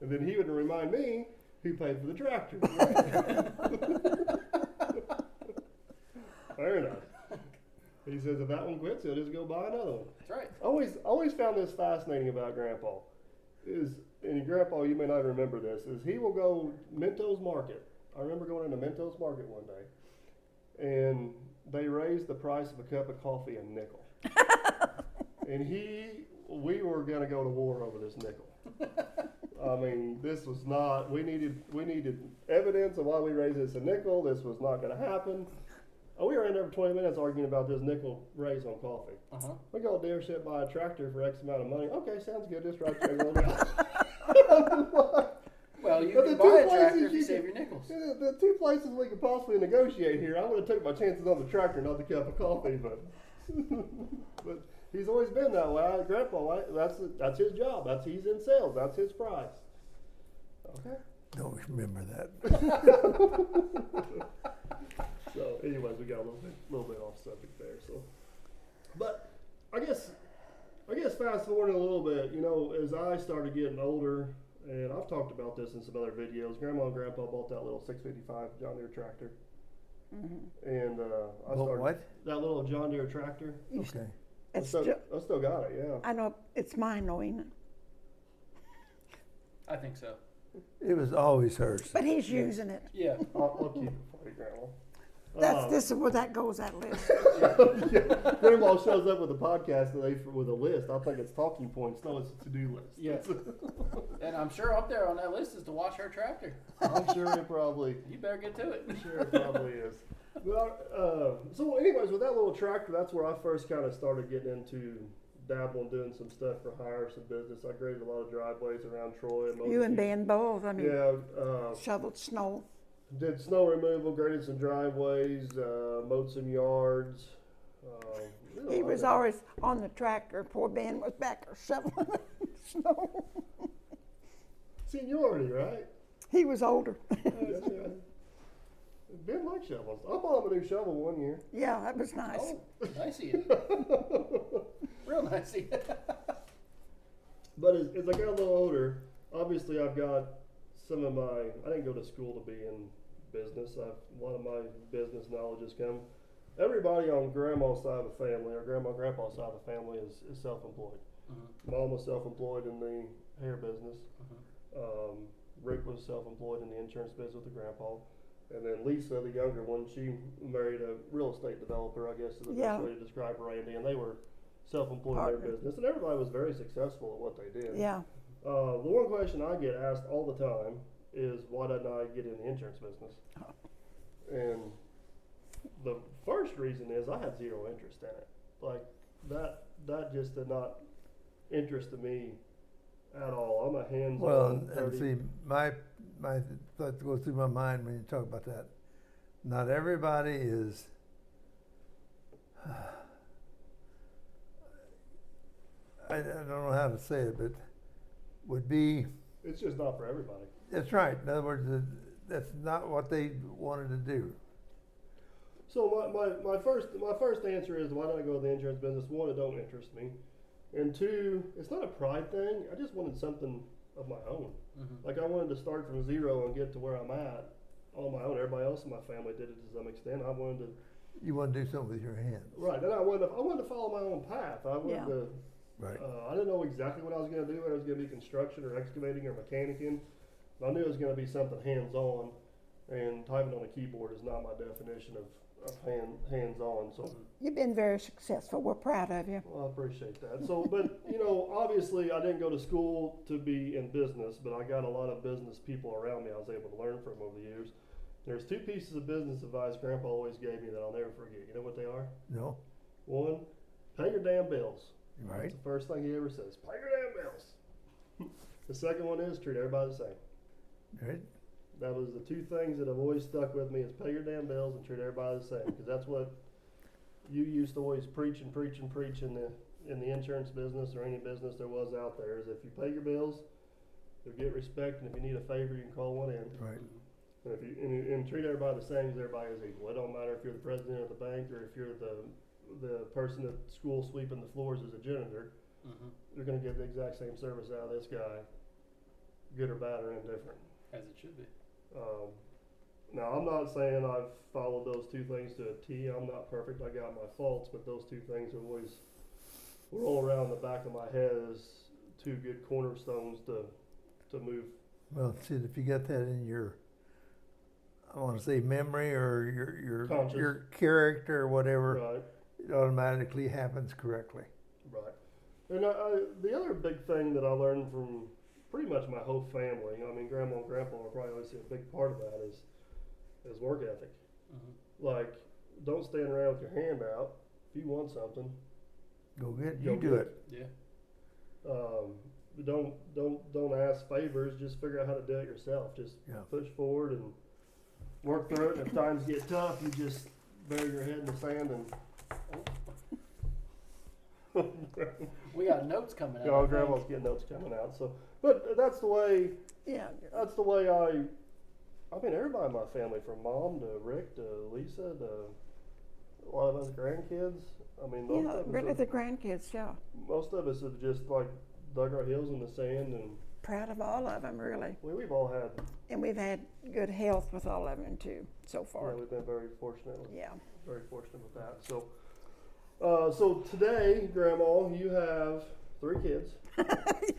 Speaker 1: and then he would remind me who paid for the tractor. Fair enough. He says, if that one quits, he'll just go buy another one.
Speaker 5: That's right.
Speaker 1: Always, always found this fascinating about Grandpa. Is and Grandpa, you may not remember this. Is he will go Mentos Market. I remember going into Mentos Market one day, and they raised the price of a cup of coffee a nickel. and he, we were gonna go to war over this nickel. I mean, this was not. We needed we needed evidence of why we raised this a nickel. This was not going to happen. Oh, we were in there for 20 minutes arguing about this nickel raise on coffee. Uh-huh. We go to dealership buy a tractor for X amount of money. Okay, sounds good. Just right there. Roll down.
Speaker 5: Well, you
Speaker 1: But the two
Speaker 5: can buy a tractor
Speaker 1: places
Speaker 5: if you
Speaker 1: you
Speaker 5: save
Speaker 1: can-
Speaker 5: your nickels.
Speaker 1: the, the two places we could possibly negotiate here. I would have took my chances on the tractor, not the cup of coffee. But but he's always been that way. Grandpa, I- that's that's his job. That's he's in sales. That's his price. Okay.
Speaker 4: Don't remember that.
Speaker 1: So, anyways, we got a little bit, little bit off subject there. So, but I guess, I guess, fast forwarding a little bit, you know, as I started getting older, and I've talked about this in some other videos. Grandma and Grandpa bought that little 655 John Deere tractor, and uh, I
Speaker 4: Bought
Speaker 1: started
Speaker 4: Oh, what?
Speaker 1: that little John Deere tractor.
Speaker 4: Okay.
Speaker 1: I
Speaker 3: It's
Speaker 1: still,
Speaker 3: ju-
Speaker 1: I still got it. Yeah.
Speaker 3: I know it's mine, though, ain't it?
Speaker 5: I think so.
Speaker 4: It was always hers.
Speaker 3: But he's using it.
Speaker 5: Yeah.
Speaker 1: I'll, I'll keep it for you, Grandma.
Speaker 3: That's this is where that goes. That list.
Speaker 1: Grandma shows up with a podcast today for, with a list. I think it's talking points. No, it's a to-do list.
Speaker 5: Yes. and I'm sure up there on that list is to wash her tractor.
Speaker 1: I'm sure it probably
Speaker 5: You better get to it.
Speaker 1: sure it probably is. Well, uh, so, anyways, with that little tractor, that's where I first kind of started getting into dabbling, doing some stuff for hire, some business. I graded a lot of driveways around Troy. And
Speaker 3: You and Ben both. I mean,
Speaker 1: Yeah, uh,
Speaker 3: shoveled snow.
Speaker 1: did snow removal, graded some driveways, uh, mowed some yards. Uh, did a
Speaker 3: He
Speaker 1: lot
Speaker 3: was
Speaker 1: of-
Speaker 3: always on the tractor. Poor Ben was back there shoveling snow.
Speaker 1: seniority, right?
Speaker 3: He was older.
Speaker 1: That's right. Ben likes shovels. I bought him a new shovel one year.
Speaker 3: yeah, that was nice.
Speaker 5: Oh, nice of you. Real nice of you.
Speaker 1: But as, as I got a little older, obviously I've got some of my. I didn't go to school to be in business. I've, a lot of my business knowledge has come everybody on grandma's side of the family or grandma grandpa's side of the family is, is self-employed. Mom was self-employed in the hair business. Um, Rick was self-employed in the insurance business with the grandpa. And then Lisa, the younger one, she married a real estate developer, I guess is the
Speaker 3: Yeah.
Speaker 1: best way to describe Randy. And they were self-employed in
Speaker 3: Partner.
Speaker 1: their business. And everybody was very successful at what they did.
Speaker 3: Yeah.
Speaker 1: Uh, the one question I get asked all the time is, why didn't I get in the insurance business? And the first reason is I had zero interest in it. Like that, that just did not interest me at all. I'm a hands-on.
Speaker 4: Well, and, and
Speaker 1: 30
Speaker 4: see, my my thought that goes through my mind when you talk about that. Not everybody is. I, I don't know how to say it, but would be.
Speaker 1: it's just not for everybody.
Speaker 4: That's right. In other words, it- that's not what they wanted to do.
Speaker 1: So my, my, my first my first answer is why did I go to the insurance business? One, it don't interest me, and two, it's not a pride thing. I just wanted something of my own. Like I wanted to start from zero and get to where I'm at on my own. Everybody else in my family did it to some extent. I wanted to
Speaker 4: You want to do something with your hands.
Speaker 1: right, and I wanted to, I wanted to follow my own path. I wanted
Speaker 3: Yeah.
Speaker 1: to
Speaker 4: Right.
Speaker 1: uh, I didn't know exactly what I was going to do. Whether it was going to be construction or excavating or mechanicing. But I knew it was going to be something hands-on, and typing on a keyboard is not my definition of, of hand, hands-on. So
Speaker 3: You've been very successful. We're proud of you.
Speaker 1: well, I appreciate that. So, but you know, obviously, I didn't go to school to be in business, but I got a lot of business people around me. I was able to learn from over the years. There's two pieces of business advice Grandpa always gave me that I'll never forget. You know what they are?
Speaker 4: No.
Speaker 1: One, pay your damn bills.
Speaker 4: Right.
Speaker 1: That's the first thing he ever says. Pay your damn bills. the second one is treat everybody the same.
Speaker 4: Right.
Speaker 1: That was the two things that have always stuck with me is pay your damn bills and treat everybody the same because that's what you used to always preach and preach and preach in the in the insurance business or any business there was out there is if you pay your bills, you'll get respect and if you need a favor you can call one in.
Speaker 4: Right.
Speaker 1: And if you and, and treat everybody the same as everybody is equal. It don't matter if you're the president of the bank or if you're the the person at school sweeping the floors as a janitor. You're going to get the exact same service out of this guy, good or bad or indifferent.
Speaker 5: As it should be.
Speaker 1: Um, now, I'm not saying I've followed those two things to a T. I'm not perfect. I got my faults, but those two things are always roll around the back of my head as two good cornerstones to to move.
Speaker 4: Well, see, if you got that in your, I want to say memory or your your
Speaker 1: Conscious.
Speaker 4: your character or whatever,
Speaker 1: Right,
Speaker 4: it automatically happens correctly.
Speaker 1: right. And I, I, the other big thing that I learned from pretty much my whole family, I mean, grandma and grandpa are probably obviously a big part of that, is is work ethic. Like, don't stand around with your hand out. If you want something,
Speaker 4: Go get
Speaker 1: Go
Speaker 4: you do
Speaker 1: get
Speaker 4: it.
Speaker 5: Yeah.
Speaker 1: um, don't don't don't ask favors. Just figure out how to do it yourself. Just
Speaker 4: Yeah.
Speaker 1: push forward and work through it. And if times get tough, you just bury your head in the sand and
Speaker 5: We got notes coming out.
Speaker 1: you know,
Speaker 5: I think.
Speaker 1: grandma's getting notes coming out. So, but that's the way.
Speaker 3: Yeah.
Speaker 1: That's the way I. I mean, everybody in my family, from mom to Rick to Lisa to a lot of us grandkids. I mean, most
Speaker 3: Yeah,
Speaker 1: of us
Speaker 3: really
Speaker 1: have-
Speaker 3: the grandkids, yeah.
Speaker 1: most of us have just like dug our heels in the sand, and
Speaker 3: Proud of all of them, really.
Speaker 1: we, we've all had.
Speaker 3: And we've had good health with all of them, too, so
Speaker 1: You know,
Speaker 3: far.
Speaker 1: we've been very fortunate. with
Speaker 3: Yeah.
Speaker 1: very fortunate with that. So, uh, so today, Grandma, you have three kids.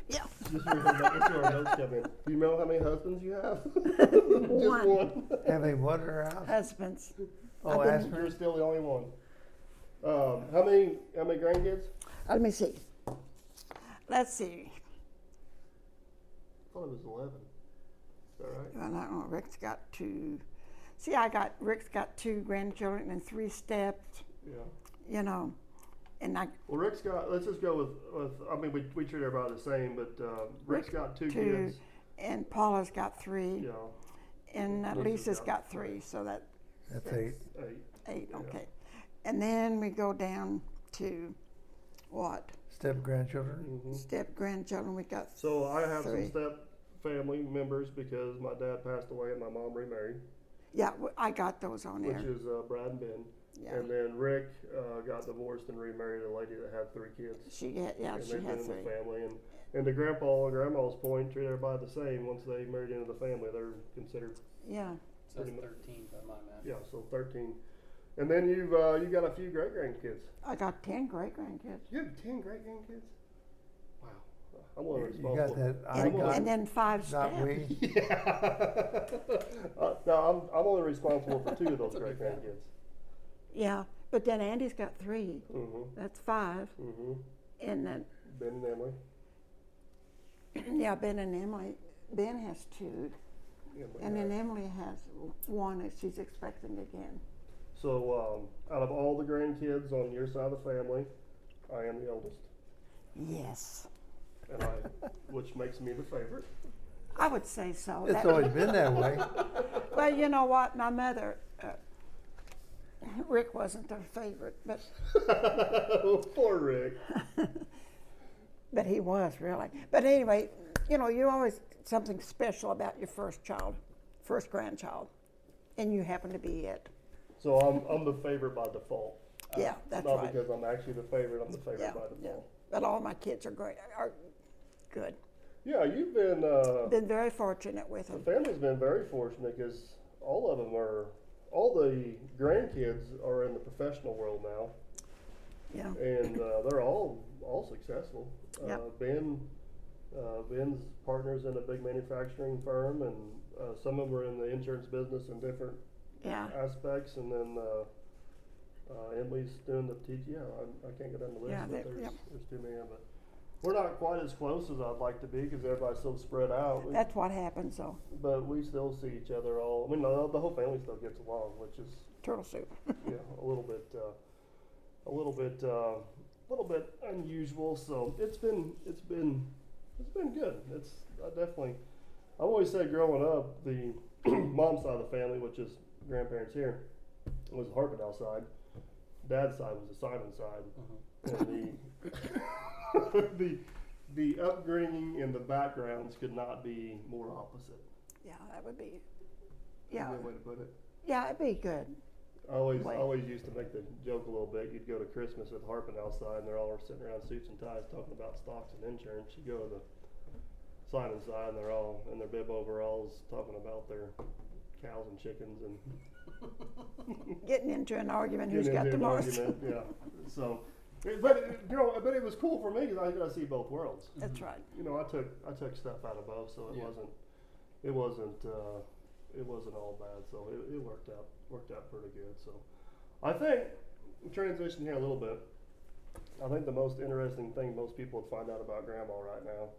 Speaker 3: Yeah.
Speaker 1: Just your, just your notes come in. Do you know how many husbands you have? just
Speaker 3: One.
Speaker 1: one.
Speaker 4: Having what in our house?
Speaker 3: Husbands. Uh,
Speaker 4: Oh, ask her.
Speaker 1: You're still the only one. Um, how many? How many grandkids?
Speaker 3: Let me see. Let's see.
Speaker 1: I thought it was eleven. Is that right?
Speaker 3: Well, I don't know. Rick's got two. See, I got Rick's got two grandchildren and three steps,
Speaker 1: Yeah.
Speaker 3: you know, and I
Speaker 1: Well, Rick's got. Let's just go with. with I mean, we, we treat everybody the same, but um, Rick's got two,
Speaker 3: two,
Speaker 1: kids.
Speaker 3: and Paula's got three,
Speaker 1: Yeah,
Speaker 3: and uh,
Speaker 1: Lisa's
Speaker 3: Lisa's
Speaker 1: got
Speaker 3: got three. So that
Speaker 4: That's eight.
Speaker 1: eight.
Speaker 3: eight, okay. And then we go down to what
Speaker 4: Step grandchildren.
Speaker 3: step grandchildren? We got
Speaker 1: So I have
Speaker 3: Three.
Speaker 1: some step family members because my dad passed away and my mom remarried,
Speaker 3: yeah. w- I got those on
Speaker 1: which
Speaker 3: there.
Speaker 1: is uh, Brad and Ben.
Speaker 3: Yeah.
Speaker 1: And then Rick uh, got divorced and remarried a lady that had three kids.
Speaker 3: She had yeah.
Speaker 1: And
Speaker 3: She
Speaker 1: been
Speaker 3: had
Speaker 1: in
Speaker 3: three.
Speaker 1: the family. And, and to grandpa and grandma's point, treat everybody the same. Once they married into the family, they're considered,
Speaker 3: Yeah.
Speaker 5: So that's 13 by my math.
Speaker 1: yeah, so 13. And then you've uh, you got a few great grandkids.
Speaker 3: I got 10 great grandkids.
Speaker 1: You have ten great grandkids. Wow, I'm one of
Speaker 4: You got that I
Speaker 3: And,
Speaker 4: got,
Speaker 3: and then five
Speaker 4: not
Speaker 3: staff.
Speaker 4: we.
Speaker 1: uh, no, I'm I'm only responsible for two of those great grandkids.
Speaker 3: Yeah, but then Andy's got 3 That's 5 And then,
Speaker 1: Mm-hmm. Ben and Emily.
Speaker 3: yeah, Ben and Emily, Ben has two. and then Emily has one that she's expecting again.
Speaker 1: So um, out of all the grandkids on your side of the family, I am the eldest,
Speaker 3: Yes.
Speaker 1: and I, which makes me the favorite.
Speaker 3: I would say so.
Speaker 4: It's
Speaker 3: That-
Speaker 4: always been that way.
Speaker 3: well, you know what? My mother, uh, Rick wasn't her favorite, but,
Speaker 1: Poor Rick.
Speaker 3: but he was really. But anyway, you know, you always something special about your first child, first grandchild, and you happen to be
Speaker 1: Uh,
Speaker 3: it.
Speaker 1: So I'm I'm the favorite by default.
Speaker 3: Yeah, that's
Speaker 1: Not
Speaker 3: right.
Speaker 1: because I'm actually the favorite. I'm the favorite
Speaker 3: yeah,
Speaker 1: by
Speaker 3: yeah.
Speaker 1: default.
Speaker 3: But all my kids are great, are good.
Speaker 1: Yeah, you've been. Uh,
Speaker 3: Been very fortunate with them.
Speaker 1: the family's been very fortunate because all of them are. All the grandkids are in the professional world now,
Speaker 3: Yeah.
Speaker 1: and uh, they're all all successful.
Speaker 3: Yep.
Speaker 1: Uh, ben, uh, Ben's partners in a big manufacturing firm, and uh, some of them are in the insurance business and different
Speaker 3: Yeah.
Speaker 1: aspects, and then uh, uh, Emily's doing the teach. Yeah, I, I can't get down the list,
Speaker 3: Yeah,
Speaker 1: but
Speaker 3: they-
Speaker 1: there's,
Speaker 3: yep.
Speaker 1: there's too many of it. We're not quite as close as I'd like to be because everybody's so spread out. We-
Speaker 3: That's what happens though.
Speaker 1: but we still see each other all. I mean, the, the whole family still gets along, which is
Speaker 3: Turtle soup.
Speaker 1: you know, a little bit, uh, a little bit, uh, a little bit unusual. So it's been, it's been, it's been good. It's I definitely. I always said growing up, the mom side of the family, which is grandparents here, was the Harpendale side. Dad's side was the Simon side, and the the the upbringing and the backgrounds could not be more opposite.
Speaker 3: Yeah, that would be.
Speaker 1: Is
Speaker 3: Yeah.
Speaker 1: that a way to put it?
Speaker 3: Yeah, it'd be good.
Speaker 1: I always, I
Speaker 3: Wait.
Speaker 1: always used to make the joke a little bit. You'd go to Christmas with Harpin outside, and they're all sitting around suits and ties talking about stocks and insurance. You go to the sign and side, and they're all in their bib overalls talking about their cows and chickens and
Speaker 3: Getting into an argument who's
Speaker 1: getting
Speaker 3: got
Speaker 1: into
Speaker 3: the
Speaker 1: an
Speaker 3: most.
Speaker 1: argument. Yeah. So, it- but it, you know, but it was cool for me because I got to see both worlds.
Speaker 3: That's right.
Speaker 1: You know, I took I took stuff out of both, so it wasn't it wasn't uh, it wasn't all bad. So it, it worked out worked out pretty good. So I think transition here a little bit. I think the most interesting thing most people would find out about Grandma right now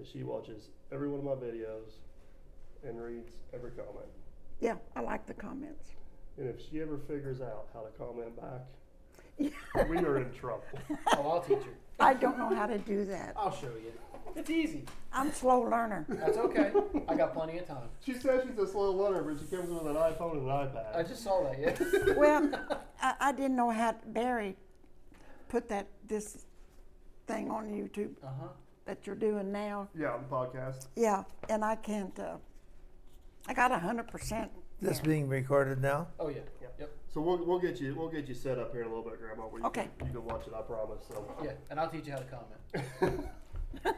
Speaker 1: is she watches every one of my videos and reads every comment.
Speaker 3: Yeah, I like the comments.
Speaker 1: And if she ever figures out how to comment back, we are in trouble.
Speaker 5: Oh, I'll teach you.
Speaker 3: I don't know how to do that.
Speaker 5: I'll show you. It's easy.
Speaker 3: I'm slow learner.
Speaker 5: That's okay. I got plenty of time.
Speaker 1: She says she's a slow learner, but she comes in with an iPhone and an
Speaker 5: I
Speaker 1: iPad.
Speaker 5: just saw that. Yeah.
Speaker 3: Well, I, I didn't know how Barry put that this thing on YouTube that you're doing now.
Speaker 1: Yeah, on the podcast.
Speaker 3: Yeah, and I can't. Uh, I got a hundred percent.
Speaker 4: This being recorded now.
Speaker 5: Oh yeah. Yep.
Speaker 1: So we'll, we'll get you we'll get you set up here in a little bit, Grandma. Where you
Speaker 3: Okay.
Speaker 1: Can, you can watch it, I promise. So
Speaker 5: Yeah. And I'll teach you how to comment.
Speaker 1: I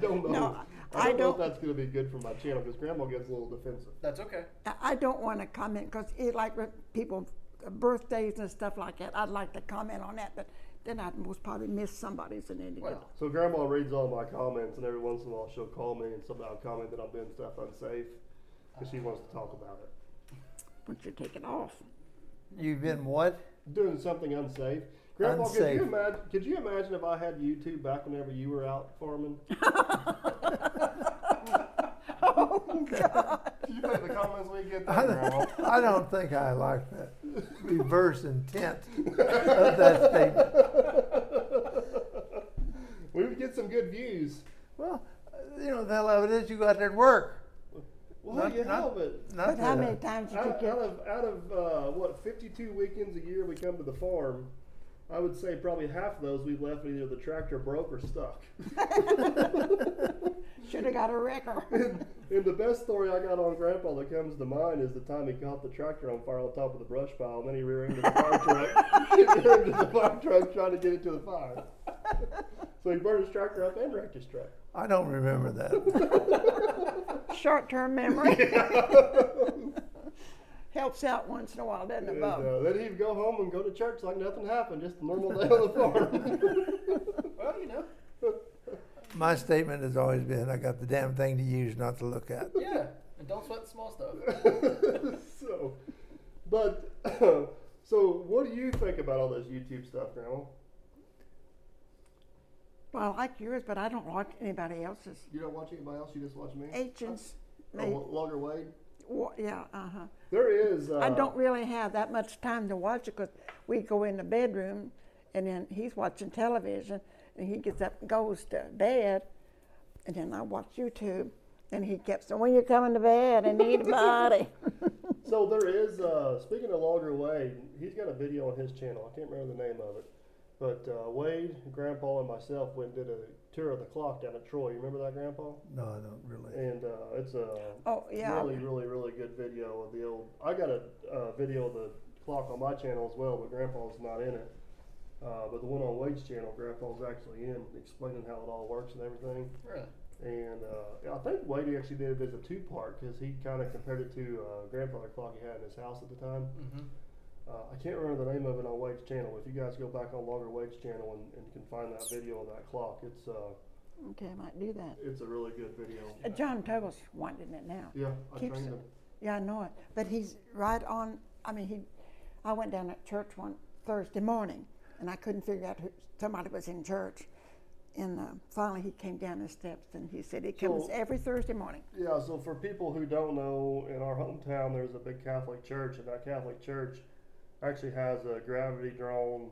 Speaker 1: don't know.
Speaker 3: No,
Speaker 1: I
Speaker 3: I
Speaker 1: don't know if
Speaker 3: don't-
Speaker 1: that's going to be good for my channel because Grandma gets a little defensive.
Speaker 5: That's okay.
Speaker 3: I, I don't want to comment because it like with people uh, birthdays and stuff like that. I'd like to comment on that, but then I'd most probably miss somebody's and then
Speaker 5: Well,
Speaker 1: So Grandma reads all my comments, and every once in a while she'll call me and somehow comment that I'm doing stuff unsafe because she wants to talk about it.
Speaker 3: once you take it off.
Speaker 4: You've been what?
Speaker 1: doing something unsafe. Grandpa, could
Speaker 4: Unsafe.
Speaker 1: you imagine? Could you imagine if I had YouTube back whenever you were out farming? oh God! You think the comments we get there, Grandma?
Speaker 4: I don't think I like that reverse intent of that statement.
Speaker 1: We would get some good views.
Speaker 4: Well, you know, the hell of it is you go out there and work.
Speaker 1: Well,
Speaker 4: Not-
Speaker 1: you
Speaker 4: not-
Speaker 1: know, but
Speaker 4: Not
Speaker 3: But how
Speaker 4: the-
Speaker 3: many times did you
Speaker 1: out,
Speaker 3: get?
Speaker 1: out of out of uh, what fifty-two weekends a year we come to the farm, I would say probably half of those we left when either the tractor broke or stuck.
Speaker 3: Should have got a record.
Speaker 1: And the best story I got on Grandpa that comes to mind is the time he caught the tractor on fire on top of the brush pile, and then he rear-ended the fire truck, He rear-ended the fire truck trying to get it to the fire. so he burned his tractor up and wrecked his truck.
Speaker 4: I don't remember that.
Speaker 3: Short term memory. helps out once in a while, doesn't it,
Speaker 1: And,
Speaker 3: Bo?
Speaker 1: uh, then he'd go home and go to church like nothing happened, just a normal day on the farm.
Speaker 5: Well, you know,
Speaker 4: My statement has always been, I got the damn thing to use, not to look at.
Speaker 5: yeah. And don't sweat the small stuff.
Speaker 1: so, but so what do you think about all this YouTube stuff, Grandma?
Speaker 3: Well, I like yours, but I don't like anybody else's.
Speaker 1: You don't watch anybody else. You just watch me.
Speaker 3: Agents,
Speaker 1: Or
Speaker 3: may-
Speaker 1: Wa- Logger Wade.
Speaker 3: wa- yeah, uh-huh.
Speaker 1: There is. Uh,
Speaker 3: I don't really have that much time to watch it because we go in the bedroom and then he's watching television and he gets up and goes to bed and then I watch YouTube and he kept saying, when you're coming to bed, I need a body.
Speaker 1: So there is. Uh, speaking of Logger Wade, he's got a video on his channel. I can't remember the name of it, but uh, Wade, Grandpa, and myself went and did a tour of the clock down at Troy. You remember that, Grandpa?
Speaker 4: No, I don't really.
Speaker 1: And uh, it's a
Speaker 3: Oh, yeah.
Speaker 1: really, really, really good video of the old. I got a uh, video of the clock on my channel as well, but Grandpa's not in it. Uh, but the one on Wade's channel, Grandpa's actually in, explaining how it all works and everything.
Speaker 5: Really?
Speaker 1: And uh, I think Wade actually did it as a two part because he kind of compared it to a grandfather clock he had in his house at the time. Uh, I can't remember the name of it on Wade's channel. If you guys go back on Logger Wade's channel and, and can find that video on that clock, it's uh,
Speaker 3: Okay, I might do that.
Speaker 1: it's a really good video.
Speaker 3: Uh, John Toggle's wanting it now.
Speaker 1: Yeah, I
Speaker 3: Keeps
Speaker 1: trained
Speaker 3: it.
Speaker 1: him.
Speaker 3: Yeah, I know it. But he's right on. I mean, he. I went down at church one Thursday morning, and I couldn't figure out who somebody was in church. And uh, finally, he came down the steps, and he said he comes
Speaker 1: So-
Speaker 3: every Thursday morning.
Speaker 1: Yeah, so for people who don't know, in our hometown there's a big Catholic church, and that Catholic church actually has a gravity drawn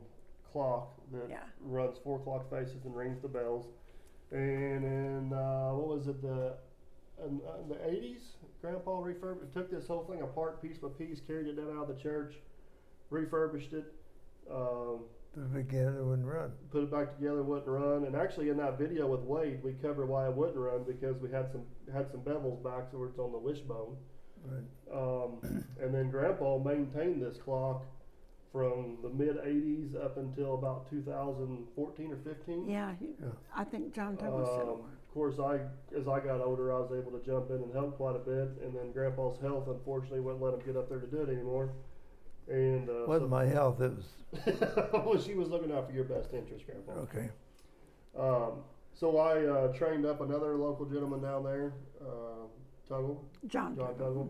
Speaker 1: clock that
Speaker 3: Yeah.
Speaker 1: runs four clock faces and rings the bells. And in uh, what was it the in, uh, in the 80s, Grandpa refurbished took this whole thing apart piece by piece, carried it down out of the church, refurbished it. Um,
Speaker 4: To begin, it wouldn't run.
Speaker 1: put it back together, wouldn't run. And actually, in that video with Wade, we covered why it wouldn't run because we had some had some bevels backwards on the wishbone. Um, and then Grandpa maintained this clock from the mid '80s up until about 2014 or 15.
Speaker 3: Yeah, he, I think John Toggle's said.
Speaker 1: Um, of course, I as I got older, I was able to jump in and help quite a bit. And then Grandpa's health, unfortunately, wouldn't let him get up there to do it anymore. And uh,
Speaker 4: Wasn't my health, it was,
Speaker 1: so she was looking out for your best interest, Grandpa.
Speaker 4: okay.
Speaker 1: Um, so I uh, trained up another local gentleman down there, uh, Tuggle,
Speaker 3: John
Speaker 1: John
Speaker 3: Tuggle.
Speaker 1: Tuggle,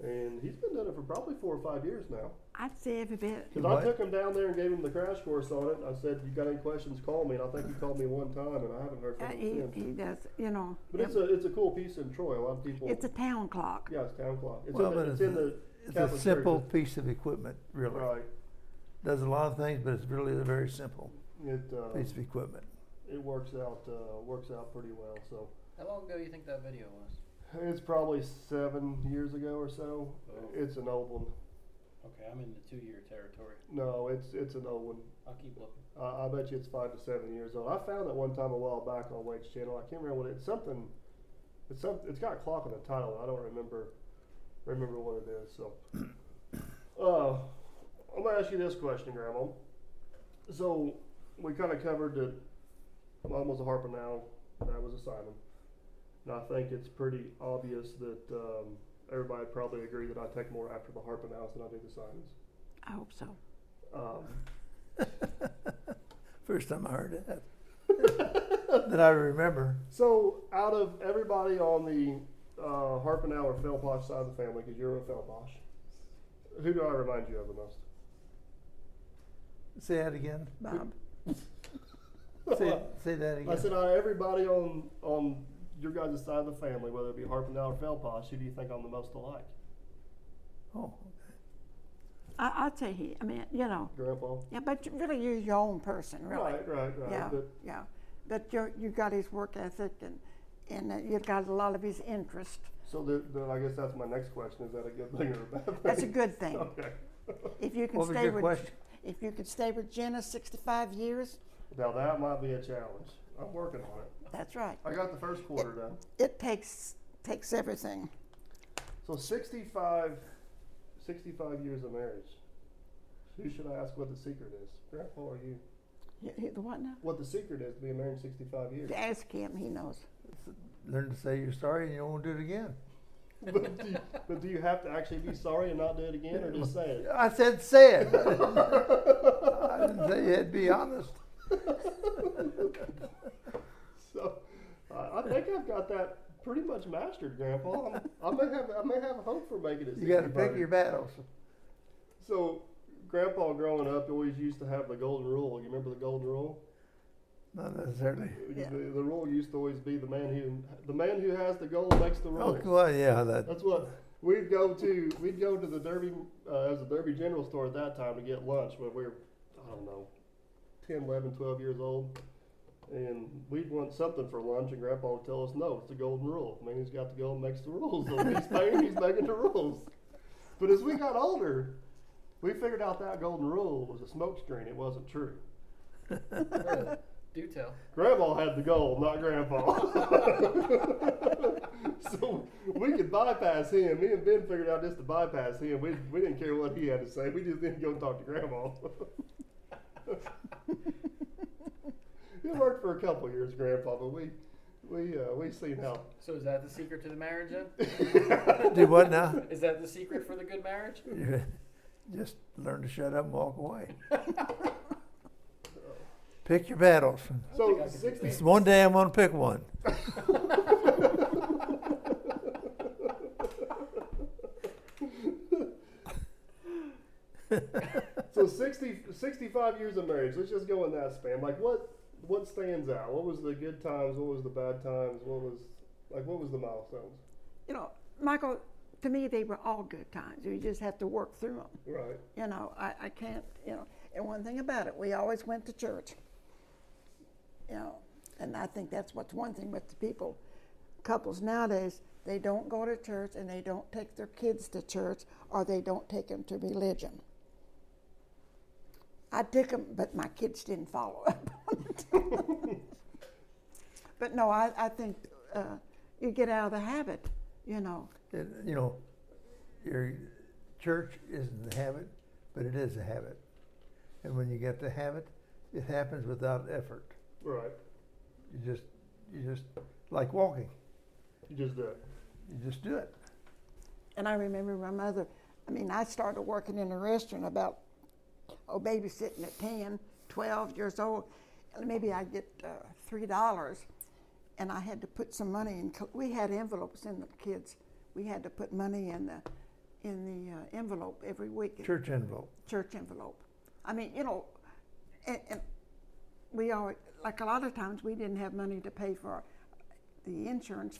Speaker 3: Mm-hmm.
Speaker 1: and he's been doing it for probably four or five years now.
Speaker 3: I'd say every bit.
Speaker 1: Because I
Speaker 4: Right.
Speaker 1: took him down there and gave him the crash course on it. I said, "You got any questions? Call me." And I think he called me one time, and I haven't heard
Speaker 3: Uh,
Speaker 1: from
Speaker 3: he,
Speaker 1: him since.
Speaker 3: he does, you know.
Speaker 1: But it's a it's a cool piece in Troy. A lot of people.
Speaker 3: It's a town clock.
Speaker 1: yeah, it's town clock. It's,
Speaker 4: Well,
Speaker 1: in, the-
Speaker 4: but
Speaker 1: it's
Speaker 4: it's
Speaker 1: in
Speaker 4: a-
Speaker 1: the
Speaker 4: It's a
Speaker 1: Catholic
Speaker 4: simple
Speaker 1: churches.
Speaker 4: piece of equipment, really.
Speaker 1: Right.
Speaker 4: Does a lot of things, but it's really a very simple
Speaker 1: It uh,
Speaker 4: piece of equipment.
Speaker 1: it works out uh, works out pretty well. So.
Speaker 5: How long ago you think that video was?
Speaker 1: It's probably seven years ago or so. It's an old one.
Speaker 5: Okay, I'm in the two year territory.
Speaker 1: No, it's it's an old one.
Speaker 5: I'll keep looking.
Speaker 1: I I bet you it's five to seven years old. I found it one time a while back on Wade's channel. I can't remember what it, it's something. It's some. It's got a clock on the title. I don't remember remember what it is. So, uh, I'm gonna ask you this question, Grandma. So we kind of covered that. Mom was a harper now. That was a Simon. And I think it's pretty obvious that um, everybody would probably agree that I take more after the harper nows than I do the Simons.
Speaker 3: I hope so.
Speaker 1: Um,
Speaker 4: First time I heard that. That I remember.
Speaker 1: So, out of everybody on the uh, Harpenau or Felposh side of the family, because you're a Felposh, who do I remind you of the most?
Speaker 4: Say that again.
Speaker 3: Bob.
Speaker 4: Say, say that
Speaker 1: I
Speaker 4: again.
Speaker 1: said, out of everybody on on your guys' side of the family, whether it be Harpenau or Felposh, who do you think I'm the most alike?
Speaker 4: Oh,
Speaker 3: I, I'd say he. I mean, you know.
Speaker 1: Grandpa.
Speaker 3: Yeah, but you really, you're your own person, really.
Speaker 1: Right, right, right.
Speaker 3: Yeah,
Speaker 1: But
Speaker 3: yeah. But you you got his work ethic and and uh, you got a lot of his interest.
Speaker 1: so then, then I guess that's my next question: Is that a good thing or a bad thing?
Speaker 3: That's a good thing.
Speaker 1: Okay.
Speaker 3: If you can
Speaker 4: What was
Speaker 3: stay
Speaker 4: your
Speaker 3: with
Speaker 4: question?
Speaker 3: if you can stay with Jenna 65 years,
Speaker 1: Now that might be a challenge. I'm working on it.
Speaker 3: that's right.
Speaker 1: I got the first quarter done.
Speaker 3: It takes takes everything.
Speaker 1: So 65, 65 years of marriage. Who should I ask what the secret is? Grandpa or you?
Speaker 3: You- you- The what now?
Speaker 1: What the secret is to be married 65 years.
Speaker 3: Ask him. He knows.
Speaker 4: learn to say you're sorry and you won't do it again.
Speaker 1: but, do you, but do you have to actually be sorry and not do it again, or just say it?
Speaker 4: I said say it. I didn't say you had to be honest.
Speaker 1: So I I think I've got that pretty much mastered, Grandpa. I'm, I may have I may have hope for making it.
Speaker 4: You got
Speaker 1: 60
Speaker 4: to pick
Speaker 1: burgers.
Speaker 4: your battles.
Speaker 1: So, Grandpa, growing up, always used to have the golden rule. You remember the golden rule?
Speaker 4: Not necessarily.
Speaker 1: The, the rule used to always be the man who the man who has the gold makes the
Speaker 4: Oh,
Speaker 1: rules.
Speaker 4: well, yeah, that.
Speaker 1: That's what we'd go to. We'd go to the Derby uh, as a Derby General store at that time to get lunch when we were, I don't know, 10, 11, 12 years old. And we'd want something for lunch, and Grandpa would tell us, "No, it's the golden rule. Man, he's got the gold, makes the rules. So if he's paying, he's making the rules." But as we got older, we figured out that golden rule was a smokescreen. It wasn't true.
Speaker 5: Do tell.
Speaker 1: Grandma had the gold, not Grandpa. so we could bypass him. Me and Ben figured out just to bypass him. We, we didn't care what he had to say. We just didn't go talk to Grandma. it worked for a couple of years, Grandpa, but we we uh, we seen how.
Speaker 5: So is that the secret to the marriage then?
Speaker 4: Do what now?
Speaker 5: Is that the secret for the good marriage?
Speaker 4: You Just learn to shut up and walk away. Pick your battles.
Speaker 1: So sixty.
Speaker 4: It's one day I'm going to pick one.
Speaker 1: So 60, 65 years of marriage. Let's just go in that span. Like what what stands out? What was the good times? What was the bad times? What was like what was the milestones?
Speaker 3: You know, Michael, to me, they were all good times. You just have to work through them.
Speaker 1: Right.
Speaker 3: You know, I, I can't, you know, and one thing about it, we always went to church. You know, and I think that's what's one thing with the people, couples nowadays, they don't go to church and they don't take their kids to church or they don't take them to religion. I took them, but my kids didn't follow up. but no, I, I think uh, you get out of the habit, you know.
Speaker 4: It, you know, your church isn't the habit, but it is a habit. And when you get the habit, it happens without effort.
Speaker 1: Right.
Speaker 4: You just, you just like walking.
Speaker 1: You just do it.
Speaker 4: You just do it.
Speaker 3: And I remember my mother, I mean, I started working in a restaurant about, oh, babysitting at 10, 12 years old. And maybe I'd get uh, $3. And I had to put some money in. co- We had envelopes in the kids. We had to put money in the, in the uh, envelope every week.
Speaker 4: Church envelope.
Speaker 3: Church envelope. I mean, you know, and, and we always, like a lot of times, we didn't have money to pay for the insurance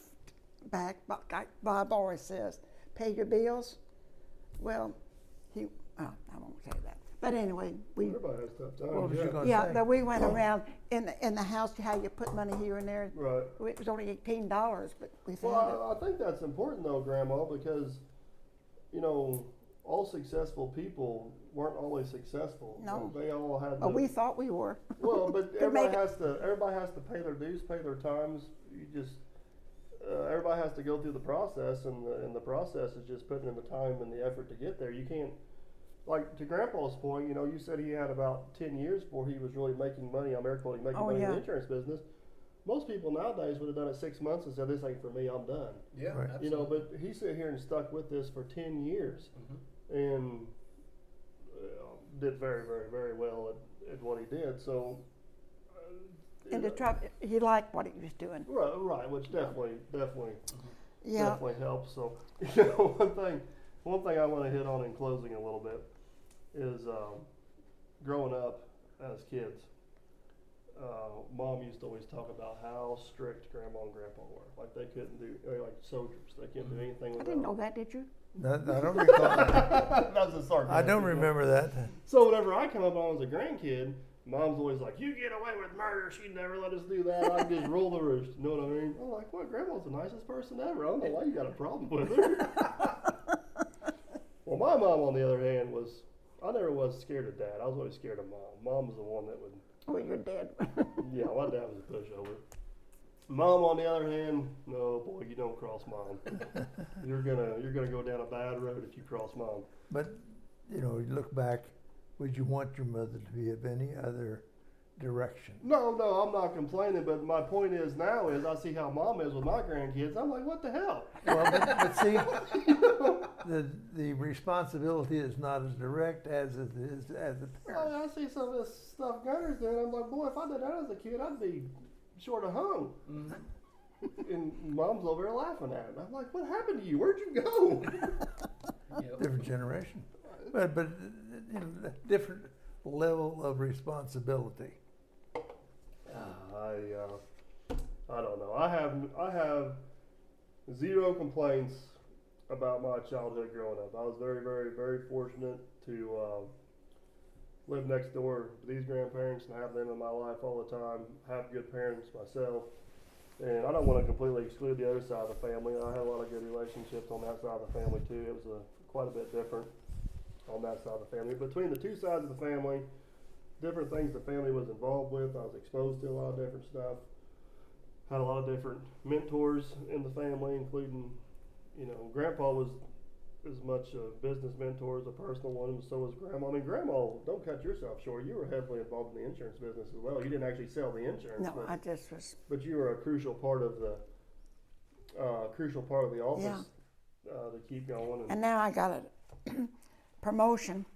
Speaker 3: back. But like Bob always says, pay your bills. Well, he, oh, I won't say that. But anyway, we,
Speaker 1: Everybody Oh. has tough times.
Speaker 4: What was
Speaker 1: yeah.
Speaker 4: you going to
Speaker 3: yeah,
Speaker 4: say?
Speaker 3: but we went around in the, in the house, how you put money here and there.
Speaker 1: Right.
Speaker 3: It was only eighteen dollars, but we found
Speaker 1: Well, I, I think that's important though, Grandma, because you know all successful people weren't always successful.
Speaker 3: No.
Speaker 1: they all had.
Speaker 3: it. Well,
Speaker 1: the-
Speaker 3: Oh, we thought we were.
Speaker 1: well, but
Speaker 3: to
Speaker 1: everybody
Speaker 3: make it-
Speaker 1: has to. Everybody has to pay their dues, pay their times. You just uh, everybody has to go through the process, and the, and the process is just putting in the time and the effort to get there. You can't. Like to Grandpa's point, you know, you said he had about ten years before he was really making money. I'm air quoting making
Speaker 3: Oh,
Speaker 1: money in
Speaker 3: yeah.
Speaker 1: the insurance business. Most people nowadays would have done it six months and said, "This ain't for me. I'm done."
Speaker 5: Yeah,
Speaker 4: Right.
Speaker 5: absolutely.
Speaker 1: You know, but he sat here and stuck with this for ten years,
Speaker 3: Mm-hmm.
Speaker 1: and uh, did very, very, very well at, at what he did. So,
Speaker 3: And the trouble, he liked what he was doing.
Speaker 1: right, right which definitely, definitely,
Speaker 3: Yeah.
Speaker 1: definitely helps. So, you know, one thing, one thing I want to hit on in closing a little bit is um, growing up as kids. Uh, Mom used to always talk about how strict Grandma and Grandpa were. Like they couldn't do, they're like soldiers. They couldn't do anything.
Speaker 3: Mm-hmm. I
Speaker 1: Without
Speaker 3: didn't know that, did you?
Speaker 4: No, I don't recall.
Speaker 1: that was a sarcastic.
Speaker 4: I don't
Speaker 1: one.
Speaker 4: remember that.
Speaker 1: So whenever I come up on as a grandkid, mom's always like, "You get away with murder. She never let us do that. I just rule the roost." You know what I mean? I'm like, "What? Grandma's the nicest person ever. I don't know why you got a problem with her." well, my mom, on the other hand, was. I never was scared of dad. I was always scared of mom. Mom was the one that would
Speaker 3: Oh, you're dead.
Speaker 1: yeah, my dad was a pushover. Mom, on the other hand, no boy, you don't cross mom. you're gonna you're gonna go down a bad road if you cross mom.
Speaker 4: But you know, you look back. Would you want your mother to be of any other direction.
Speaker 1: No, no, I'm not complaining, but my point is now is I see how mom is with my grandkids. I'm like, what the hell?
Speaker 4: Well, but, but see, the the responsibility is not as direct as it is as the
Speaker 1: I,
Speaker 4: parent.
Speaker 1: mean, I see some of this stuff Gunner's doing. I'm like, boy, if I did that as a kid, I'd be short of home. and mom's over there laughing at it. I'm like, what happened to you? Where'd you go?
Speaker 4: Different generation, but but you know, a different level of responsibility.
Speaker 1: Ah, I uh, I don't know. I have I have zero complaints about my childhood growing up. I was very very very fortunate to uh, live next door to these grandparents and have them in my life all the time. Have good parents myself, and I don't want to completely exclude the other side of the family. I had a lot of good relationships on that side of the family too. It was a, quite a bit different on that side of the family. Between the two sides of the family different things the family was involved with. I was exposed to a lot of different stuff. Had a lot of different mentors in the family, including, you know, Grandpa was as much a business mentor as a personal one, and so was Grandma. I mean, Grandma, don't cut yourself short. You were heavily involved in the insurance business as well. You didn't actually sell the insurance,
Speaker 3: No,
Speaker 1: but,
Speaker 3: I just was,
Speaker 1: but you were a crucial part of the uh, crucial part of the office uh, to keep going. And,
Speaker 3: and now I got a promotion.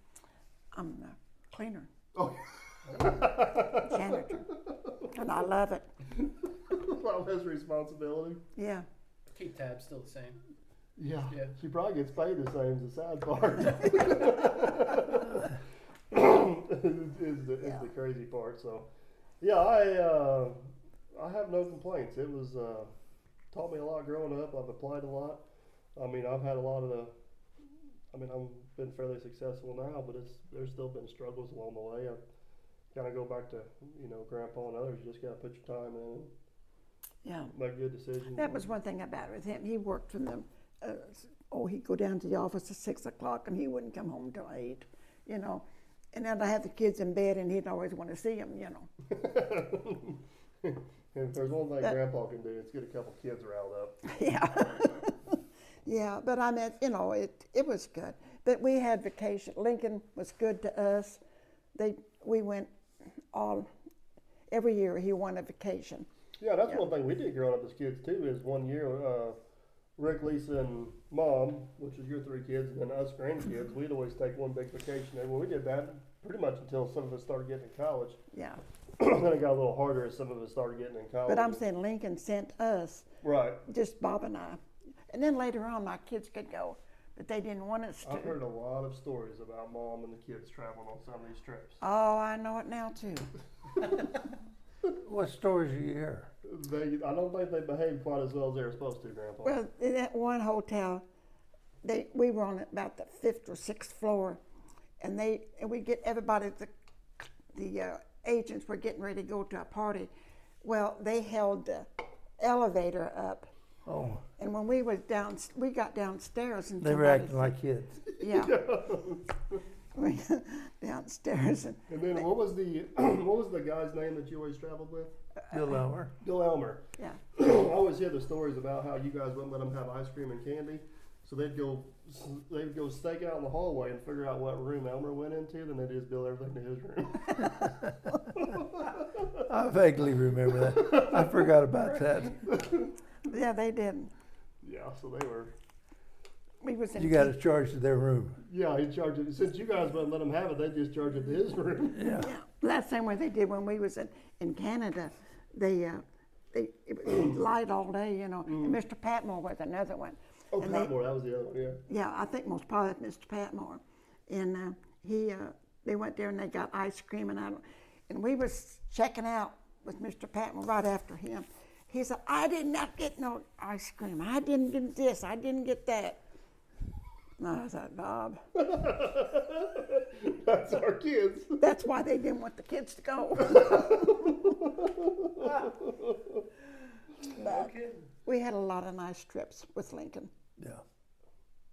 Speaker 3: I'm a cleaner. Janitor. And I love it.
Speaker 1: a lot less responsibility.
Speaker 3: Yeah.
Speaker 5: Keep tabs still the same.
Speaker 1: Yeah.
Speaker 5: Yeah.
Speaker 1: She probably gets paid the same as the sad part. is the, is the crazy part. So, yeah, I uh, I have no complaints. It was uh, taught me a lot growing up. I've applied a lot. I mean, I've had a lot of the. I mean, I've been fairly successful now, but it's there's still been struggles along the way. I kind of go back to you know grandpa and others. You just gotta put your time in,
Speaker 3: Yeah.
Speaker 1: make good decisions.
Speaker 3: That was one thing about with him. He worked from the, uh, s- oh, he'd go down to the office at six o'clock and he wouldn't come home till eight, you know. And then I had the kids in bed and he'd always want to see them, you know.
Speaker 1: And if there's one thing grandpa can do, it's get a couple kids riled up.
Speaker 3: Yeah. yeah, but I meant, you know, it, it was good. But we had vacation. Lincoln was good to us. They, we went all, every year he won a vacation.
Speaker 1: Yeah, that's one thing we did growing up as kids too. Is one year uh, Rick, Lisa, and mom, which was your three kids, and then us grandkids, we'd always take one big vacation. And well, we did that pretty much until some of us started getting in college.
Speaker 3: Yeah.
Speaker 1: then it got a little harder as some of us started getting in college.
Speaker 3: But I'm saying Lincoln sent us,
Speaker 1: right.
Speaker 3: just Bob and I. And then later on, my kids could go, but they didn't want us
Speaker 1: I've
Speaker 3: to.
Speaker 1: heard a lot of stories about mom and the kids traveling on some of these trips.
Speaker 3: Oh, I know it now too.
Speaker 4: What stories do you hear?
Speaker 1: They, I don't think they behaved quite as well as they were supposed to, Grandpa.
Speaker 3: Well, in that one hotel, they we were on about the fifth or sixth floor, and they and we get everybody the the uh, agents were getting ready to go to a party. Well, they held the elevator up,
Speaker 4: Oh,
Speaker 3: and when we was down, we got downstairs and
Speaker 4: they were
Speaker 3: somebody
Speaker 4: acting like kids.
Speaker 3: said- yeah. We- downstairs and
Speaker 1: and then what was the what was the guy's name that you always traveled with?
Speaker 4: Bill Elmer.
Speaker 1: Bill Elmer.
Speaker 3: yeah
Speaker 1: I always hear the stories about how you guys wouldn't let them have ice cream and candy, so they'd go they'd go stake out in the hallway and figure out what room Elmer went into, then they'd just bill everything to his room.
Speaker 4: I vaguely remember that. I forgot about that.
Speaker 3: yeah they didn't.
Speaker 1: yeah, so they were.
Speaker 3: We was in
Speaker 4: You got to charge to their room.
Speaker 1: Yeah, he charged it. Since you guys wouldn't let him have it, they just charged it to his room.
Speaker 3: Yeah, that's the same way they did when we was in, in Canada. They, uh, they it was light all day, you know. And Mr. Patmore was another one.
Speaker 1: Mm. Oh,
Speaker 3: And they-
Speaker 1: Patmore, that was the other one. Yeah.
Speaker 3: yeah, I think most probably Mr. Patmore, and uh, he uh, they went there and they got ice cream and I don't, and we was checking out with Mr. Patmore right after him. He said, "I did not get no ice cream. I didn't get this. I didn't get that." And I thought, Bob,
Speaker 1: That's our kids.
Speaker 3: that's why they didn't want the kids to go. But we had a lot of nice trips with Lincoln.
Speaker 4: Yeah.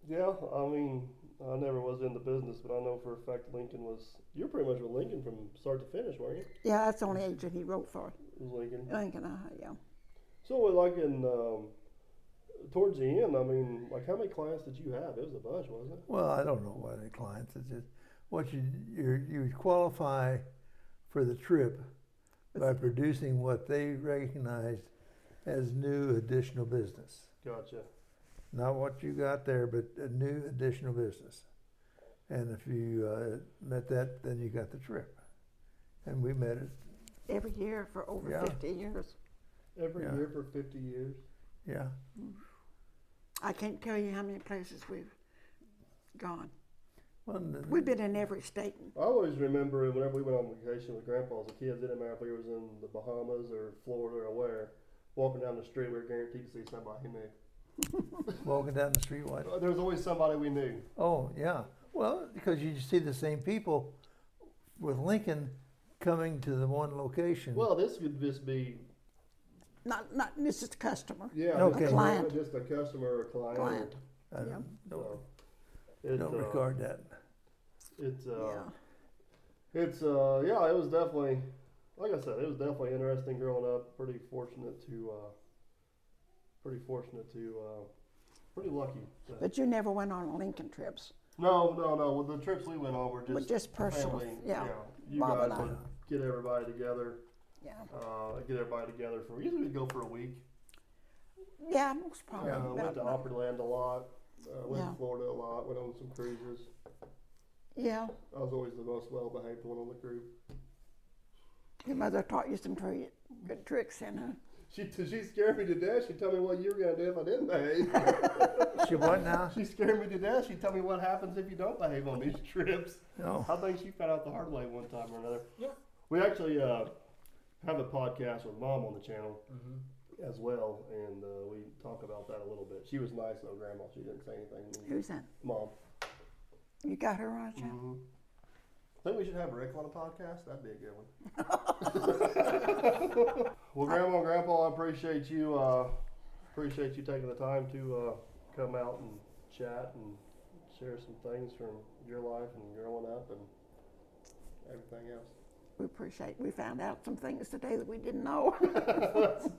Speaker 1: Yeah, I mean, I never was in the business, but I know for a fact Lincoln was. You were pretty much with Lincoln from start to finish, weren't you?
Speaker 3: Yeah, that's the only agent he wrote for.
Speaker 1: It was Lincoln.
Speaker 3: Lincoln, uh, yeah.
Speaker 1: So, like in um, towards the end, I mean, like how many clients did you have? It was a bunch, wasn't it?
Speaker 4: Well, I don't know why they clients. It's just what you you you qualify for the trip by producing what they recognized as new additional business.
Speaker 1: Gotcha.
Speaker 4: Not what you got there, but a new additional business. And if you uh, met that, then you got the trip. And we met it,
Speaker 3: every year for over
Speaker 4: Yeah.
Speaker 3: 50 years.
Speaker 1: Every
Speaker 4: Yeah.
Speaker 1: year for 50 years.
Speaker 4: yeah.
Speaker 3: I can't tell you how many places we've gone.
Speaker 4: Well, the-
Speaker 3: We've been in every state.
Speaker 1: I always remember whenever we went on vacation with Grandpa as a kid, it didn't matter if we was in the Bahamas or Florida or where, walking down the street, we were guaranteed to see somebody we knew. Uh,
Speaker 4: walking down the street, what?
Speaker 1: There was always somebody we knew.
Speaker 4: Oh, yeah. Well, because you see the same people with Lincoln coming to the one location.
Speaker 1: Well, this could just be,
Speaker 3: Not, not this is customer.
Speaker 1: yeah,
Speaker 4: Okay.
Speaker 1: just,
Speaker 3: Client.
Speaker 1: just a customer or a client.
Speaker 3: Client.
Speaker 4: I don't,
Speaker 1: So,
Speaker 4: don't,
Speaker 1: it,
Speaker 4: don't
Speaker 1: uh,
Speaker 4: regard that.
Speaker 1: It's uh,
Speaker 3: Yeah.
Speaker 1: it's uh, yeah, it was definitely, like I said, it was definitely interesting growing up. Pretty fortunate to, uh, pretty fortunate to, uh, pretty lucky. that-
Speaker 3: But you never went on Lincoln trips.
Speaker 1: No, no, no. Well, the trips we went on were just,
Speaker 3: Were just personal,
Speaker 1: Family.
Speaker 3: yeah.
Speaker 1: You
Speaker 3: Bob and
Speaker 1: guys
Speaker 3: I.
Speaker 1: would get everybody together.
Speaker 3: Yeah.
Speaker 1: Uh, get everybody together for usually we'd go for a week.
Speaker 3: Yeah, most probably.
Speaker 1: Uh, went
Speaker 3: but-
Speaker 1: to Opryland a lot. Uh, went
Speaker 3: Yeah.
Speaker 1: to Florida a lot. Went on some cruises.
Speaker 3: yeah.
Speaker 1: I was always the most well behaved one on the crew.
Speaker 3: Your mother taught you some tri- good tricks, and uh, huh?
Speaker 1: She t- she scared me to death. She told me what you were gonna do if I didn't behave.
Speaker 4: She what now?
Speaker 1: she scared me to death. She told me what happens if you don't behave on these trips.
Speaker 4: No.
Speaker 1: I think she found out the hard way one time or another. Yeah. We actually uh, have a podcast with mom on the channel as well, and uh, we talk about that a little bit. She was nice though, grandma. She didn't say anything.
Speaker 3: who's that?
Speaker 1: Mom.
Speaker 3: You got her on you?
Speaker 1: I think we should have Rick on a podcast. That'd be a good one. well, Grandma and Grandpa, I appreciate you. Uh, appreciate you taking the time to uh, come out and chat and share some things from your life and growing up and everything else.
Speaker 3: We appreciate. We found out some things today that we didn't know.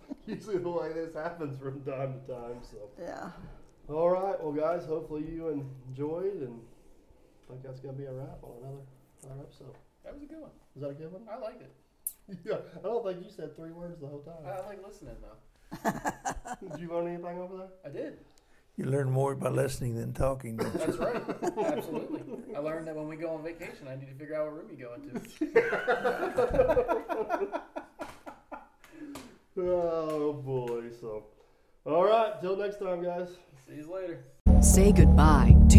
Speaker 1: Usually the way this happens from time to time. So,
Speaker 3: yeah.
Speaker 1: all right, well, guys, hopefully you enjoyed, and I think that's gonna be a wrap on another another episode.
Speaker 5: That was a good one.
Speaker 1: Is that a good one?
Speaker 5: I liked it.
Speaker 1: Yeah, I don't think you said three words the whole time.
Speaker 5: I, I like listening though.
Speaker 1: Did you learn anything over there?
Speaker 5: I did.
Speaker 4: You learn more by listening than talking. don't you?
Speaker 5: That's right. Absolutely. I learned that when we go on vacation, I need to figure out what room you go into.
Speaker 1: Oh boy, so. All right, till next time, guys.
Speaker 5: See you later.
Speaker 8: Say goodbye to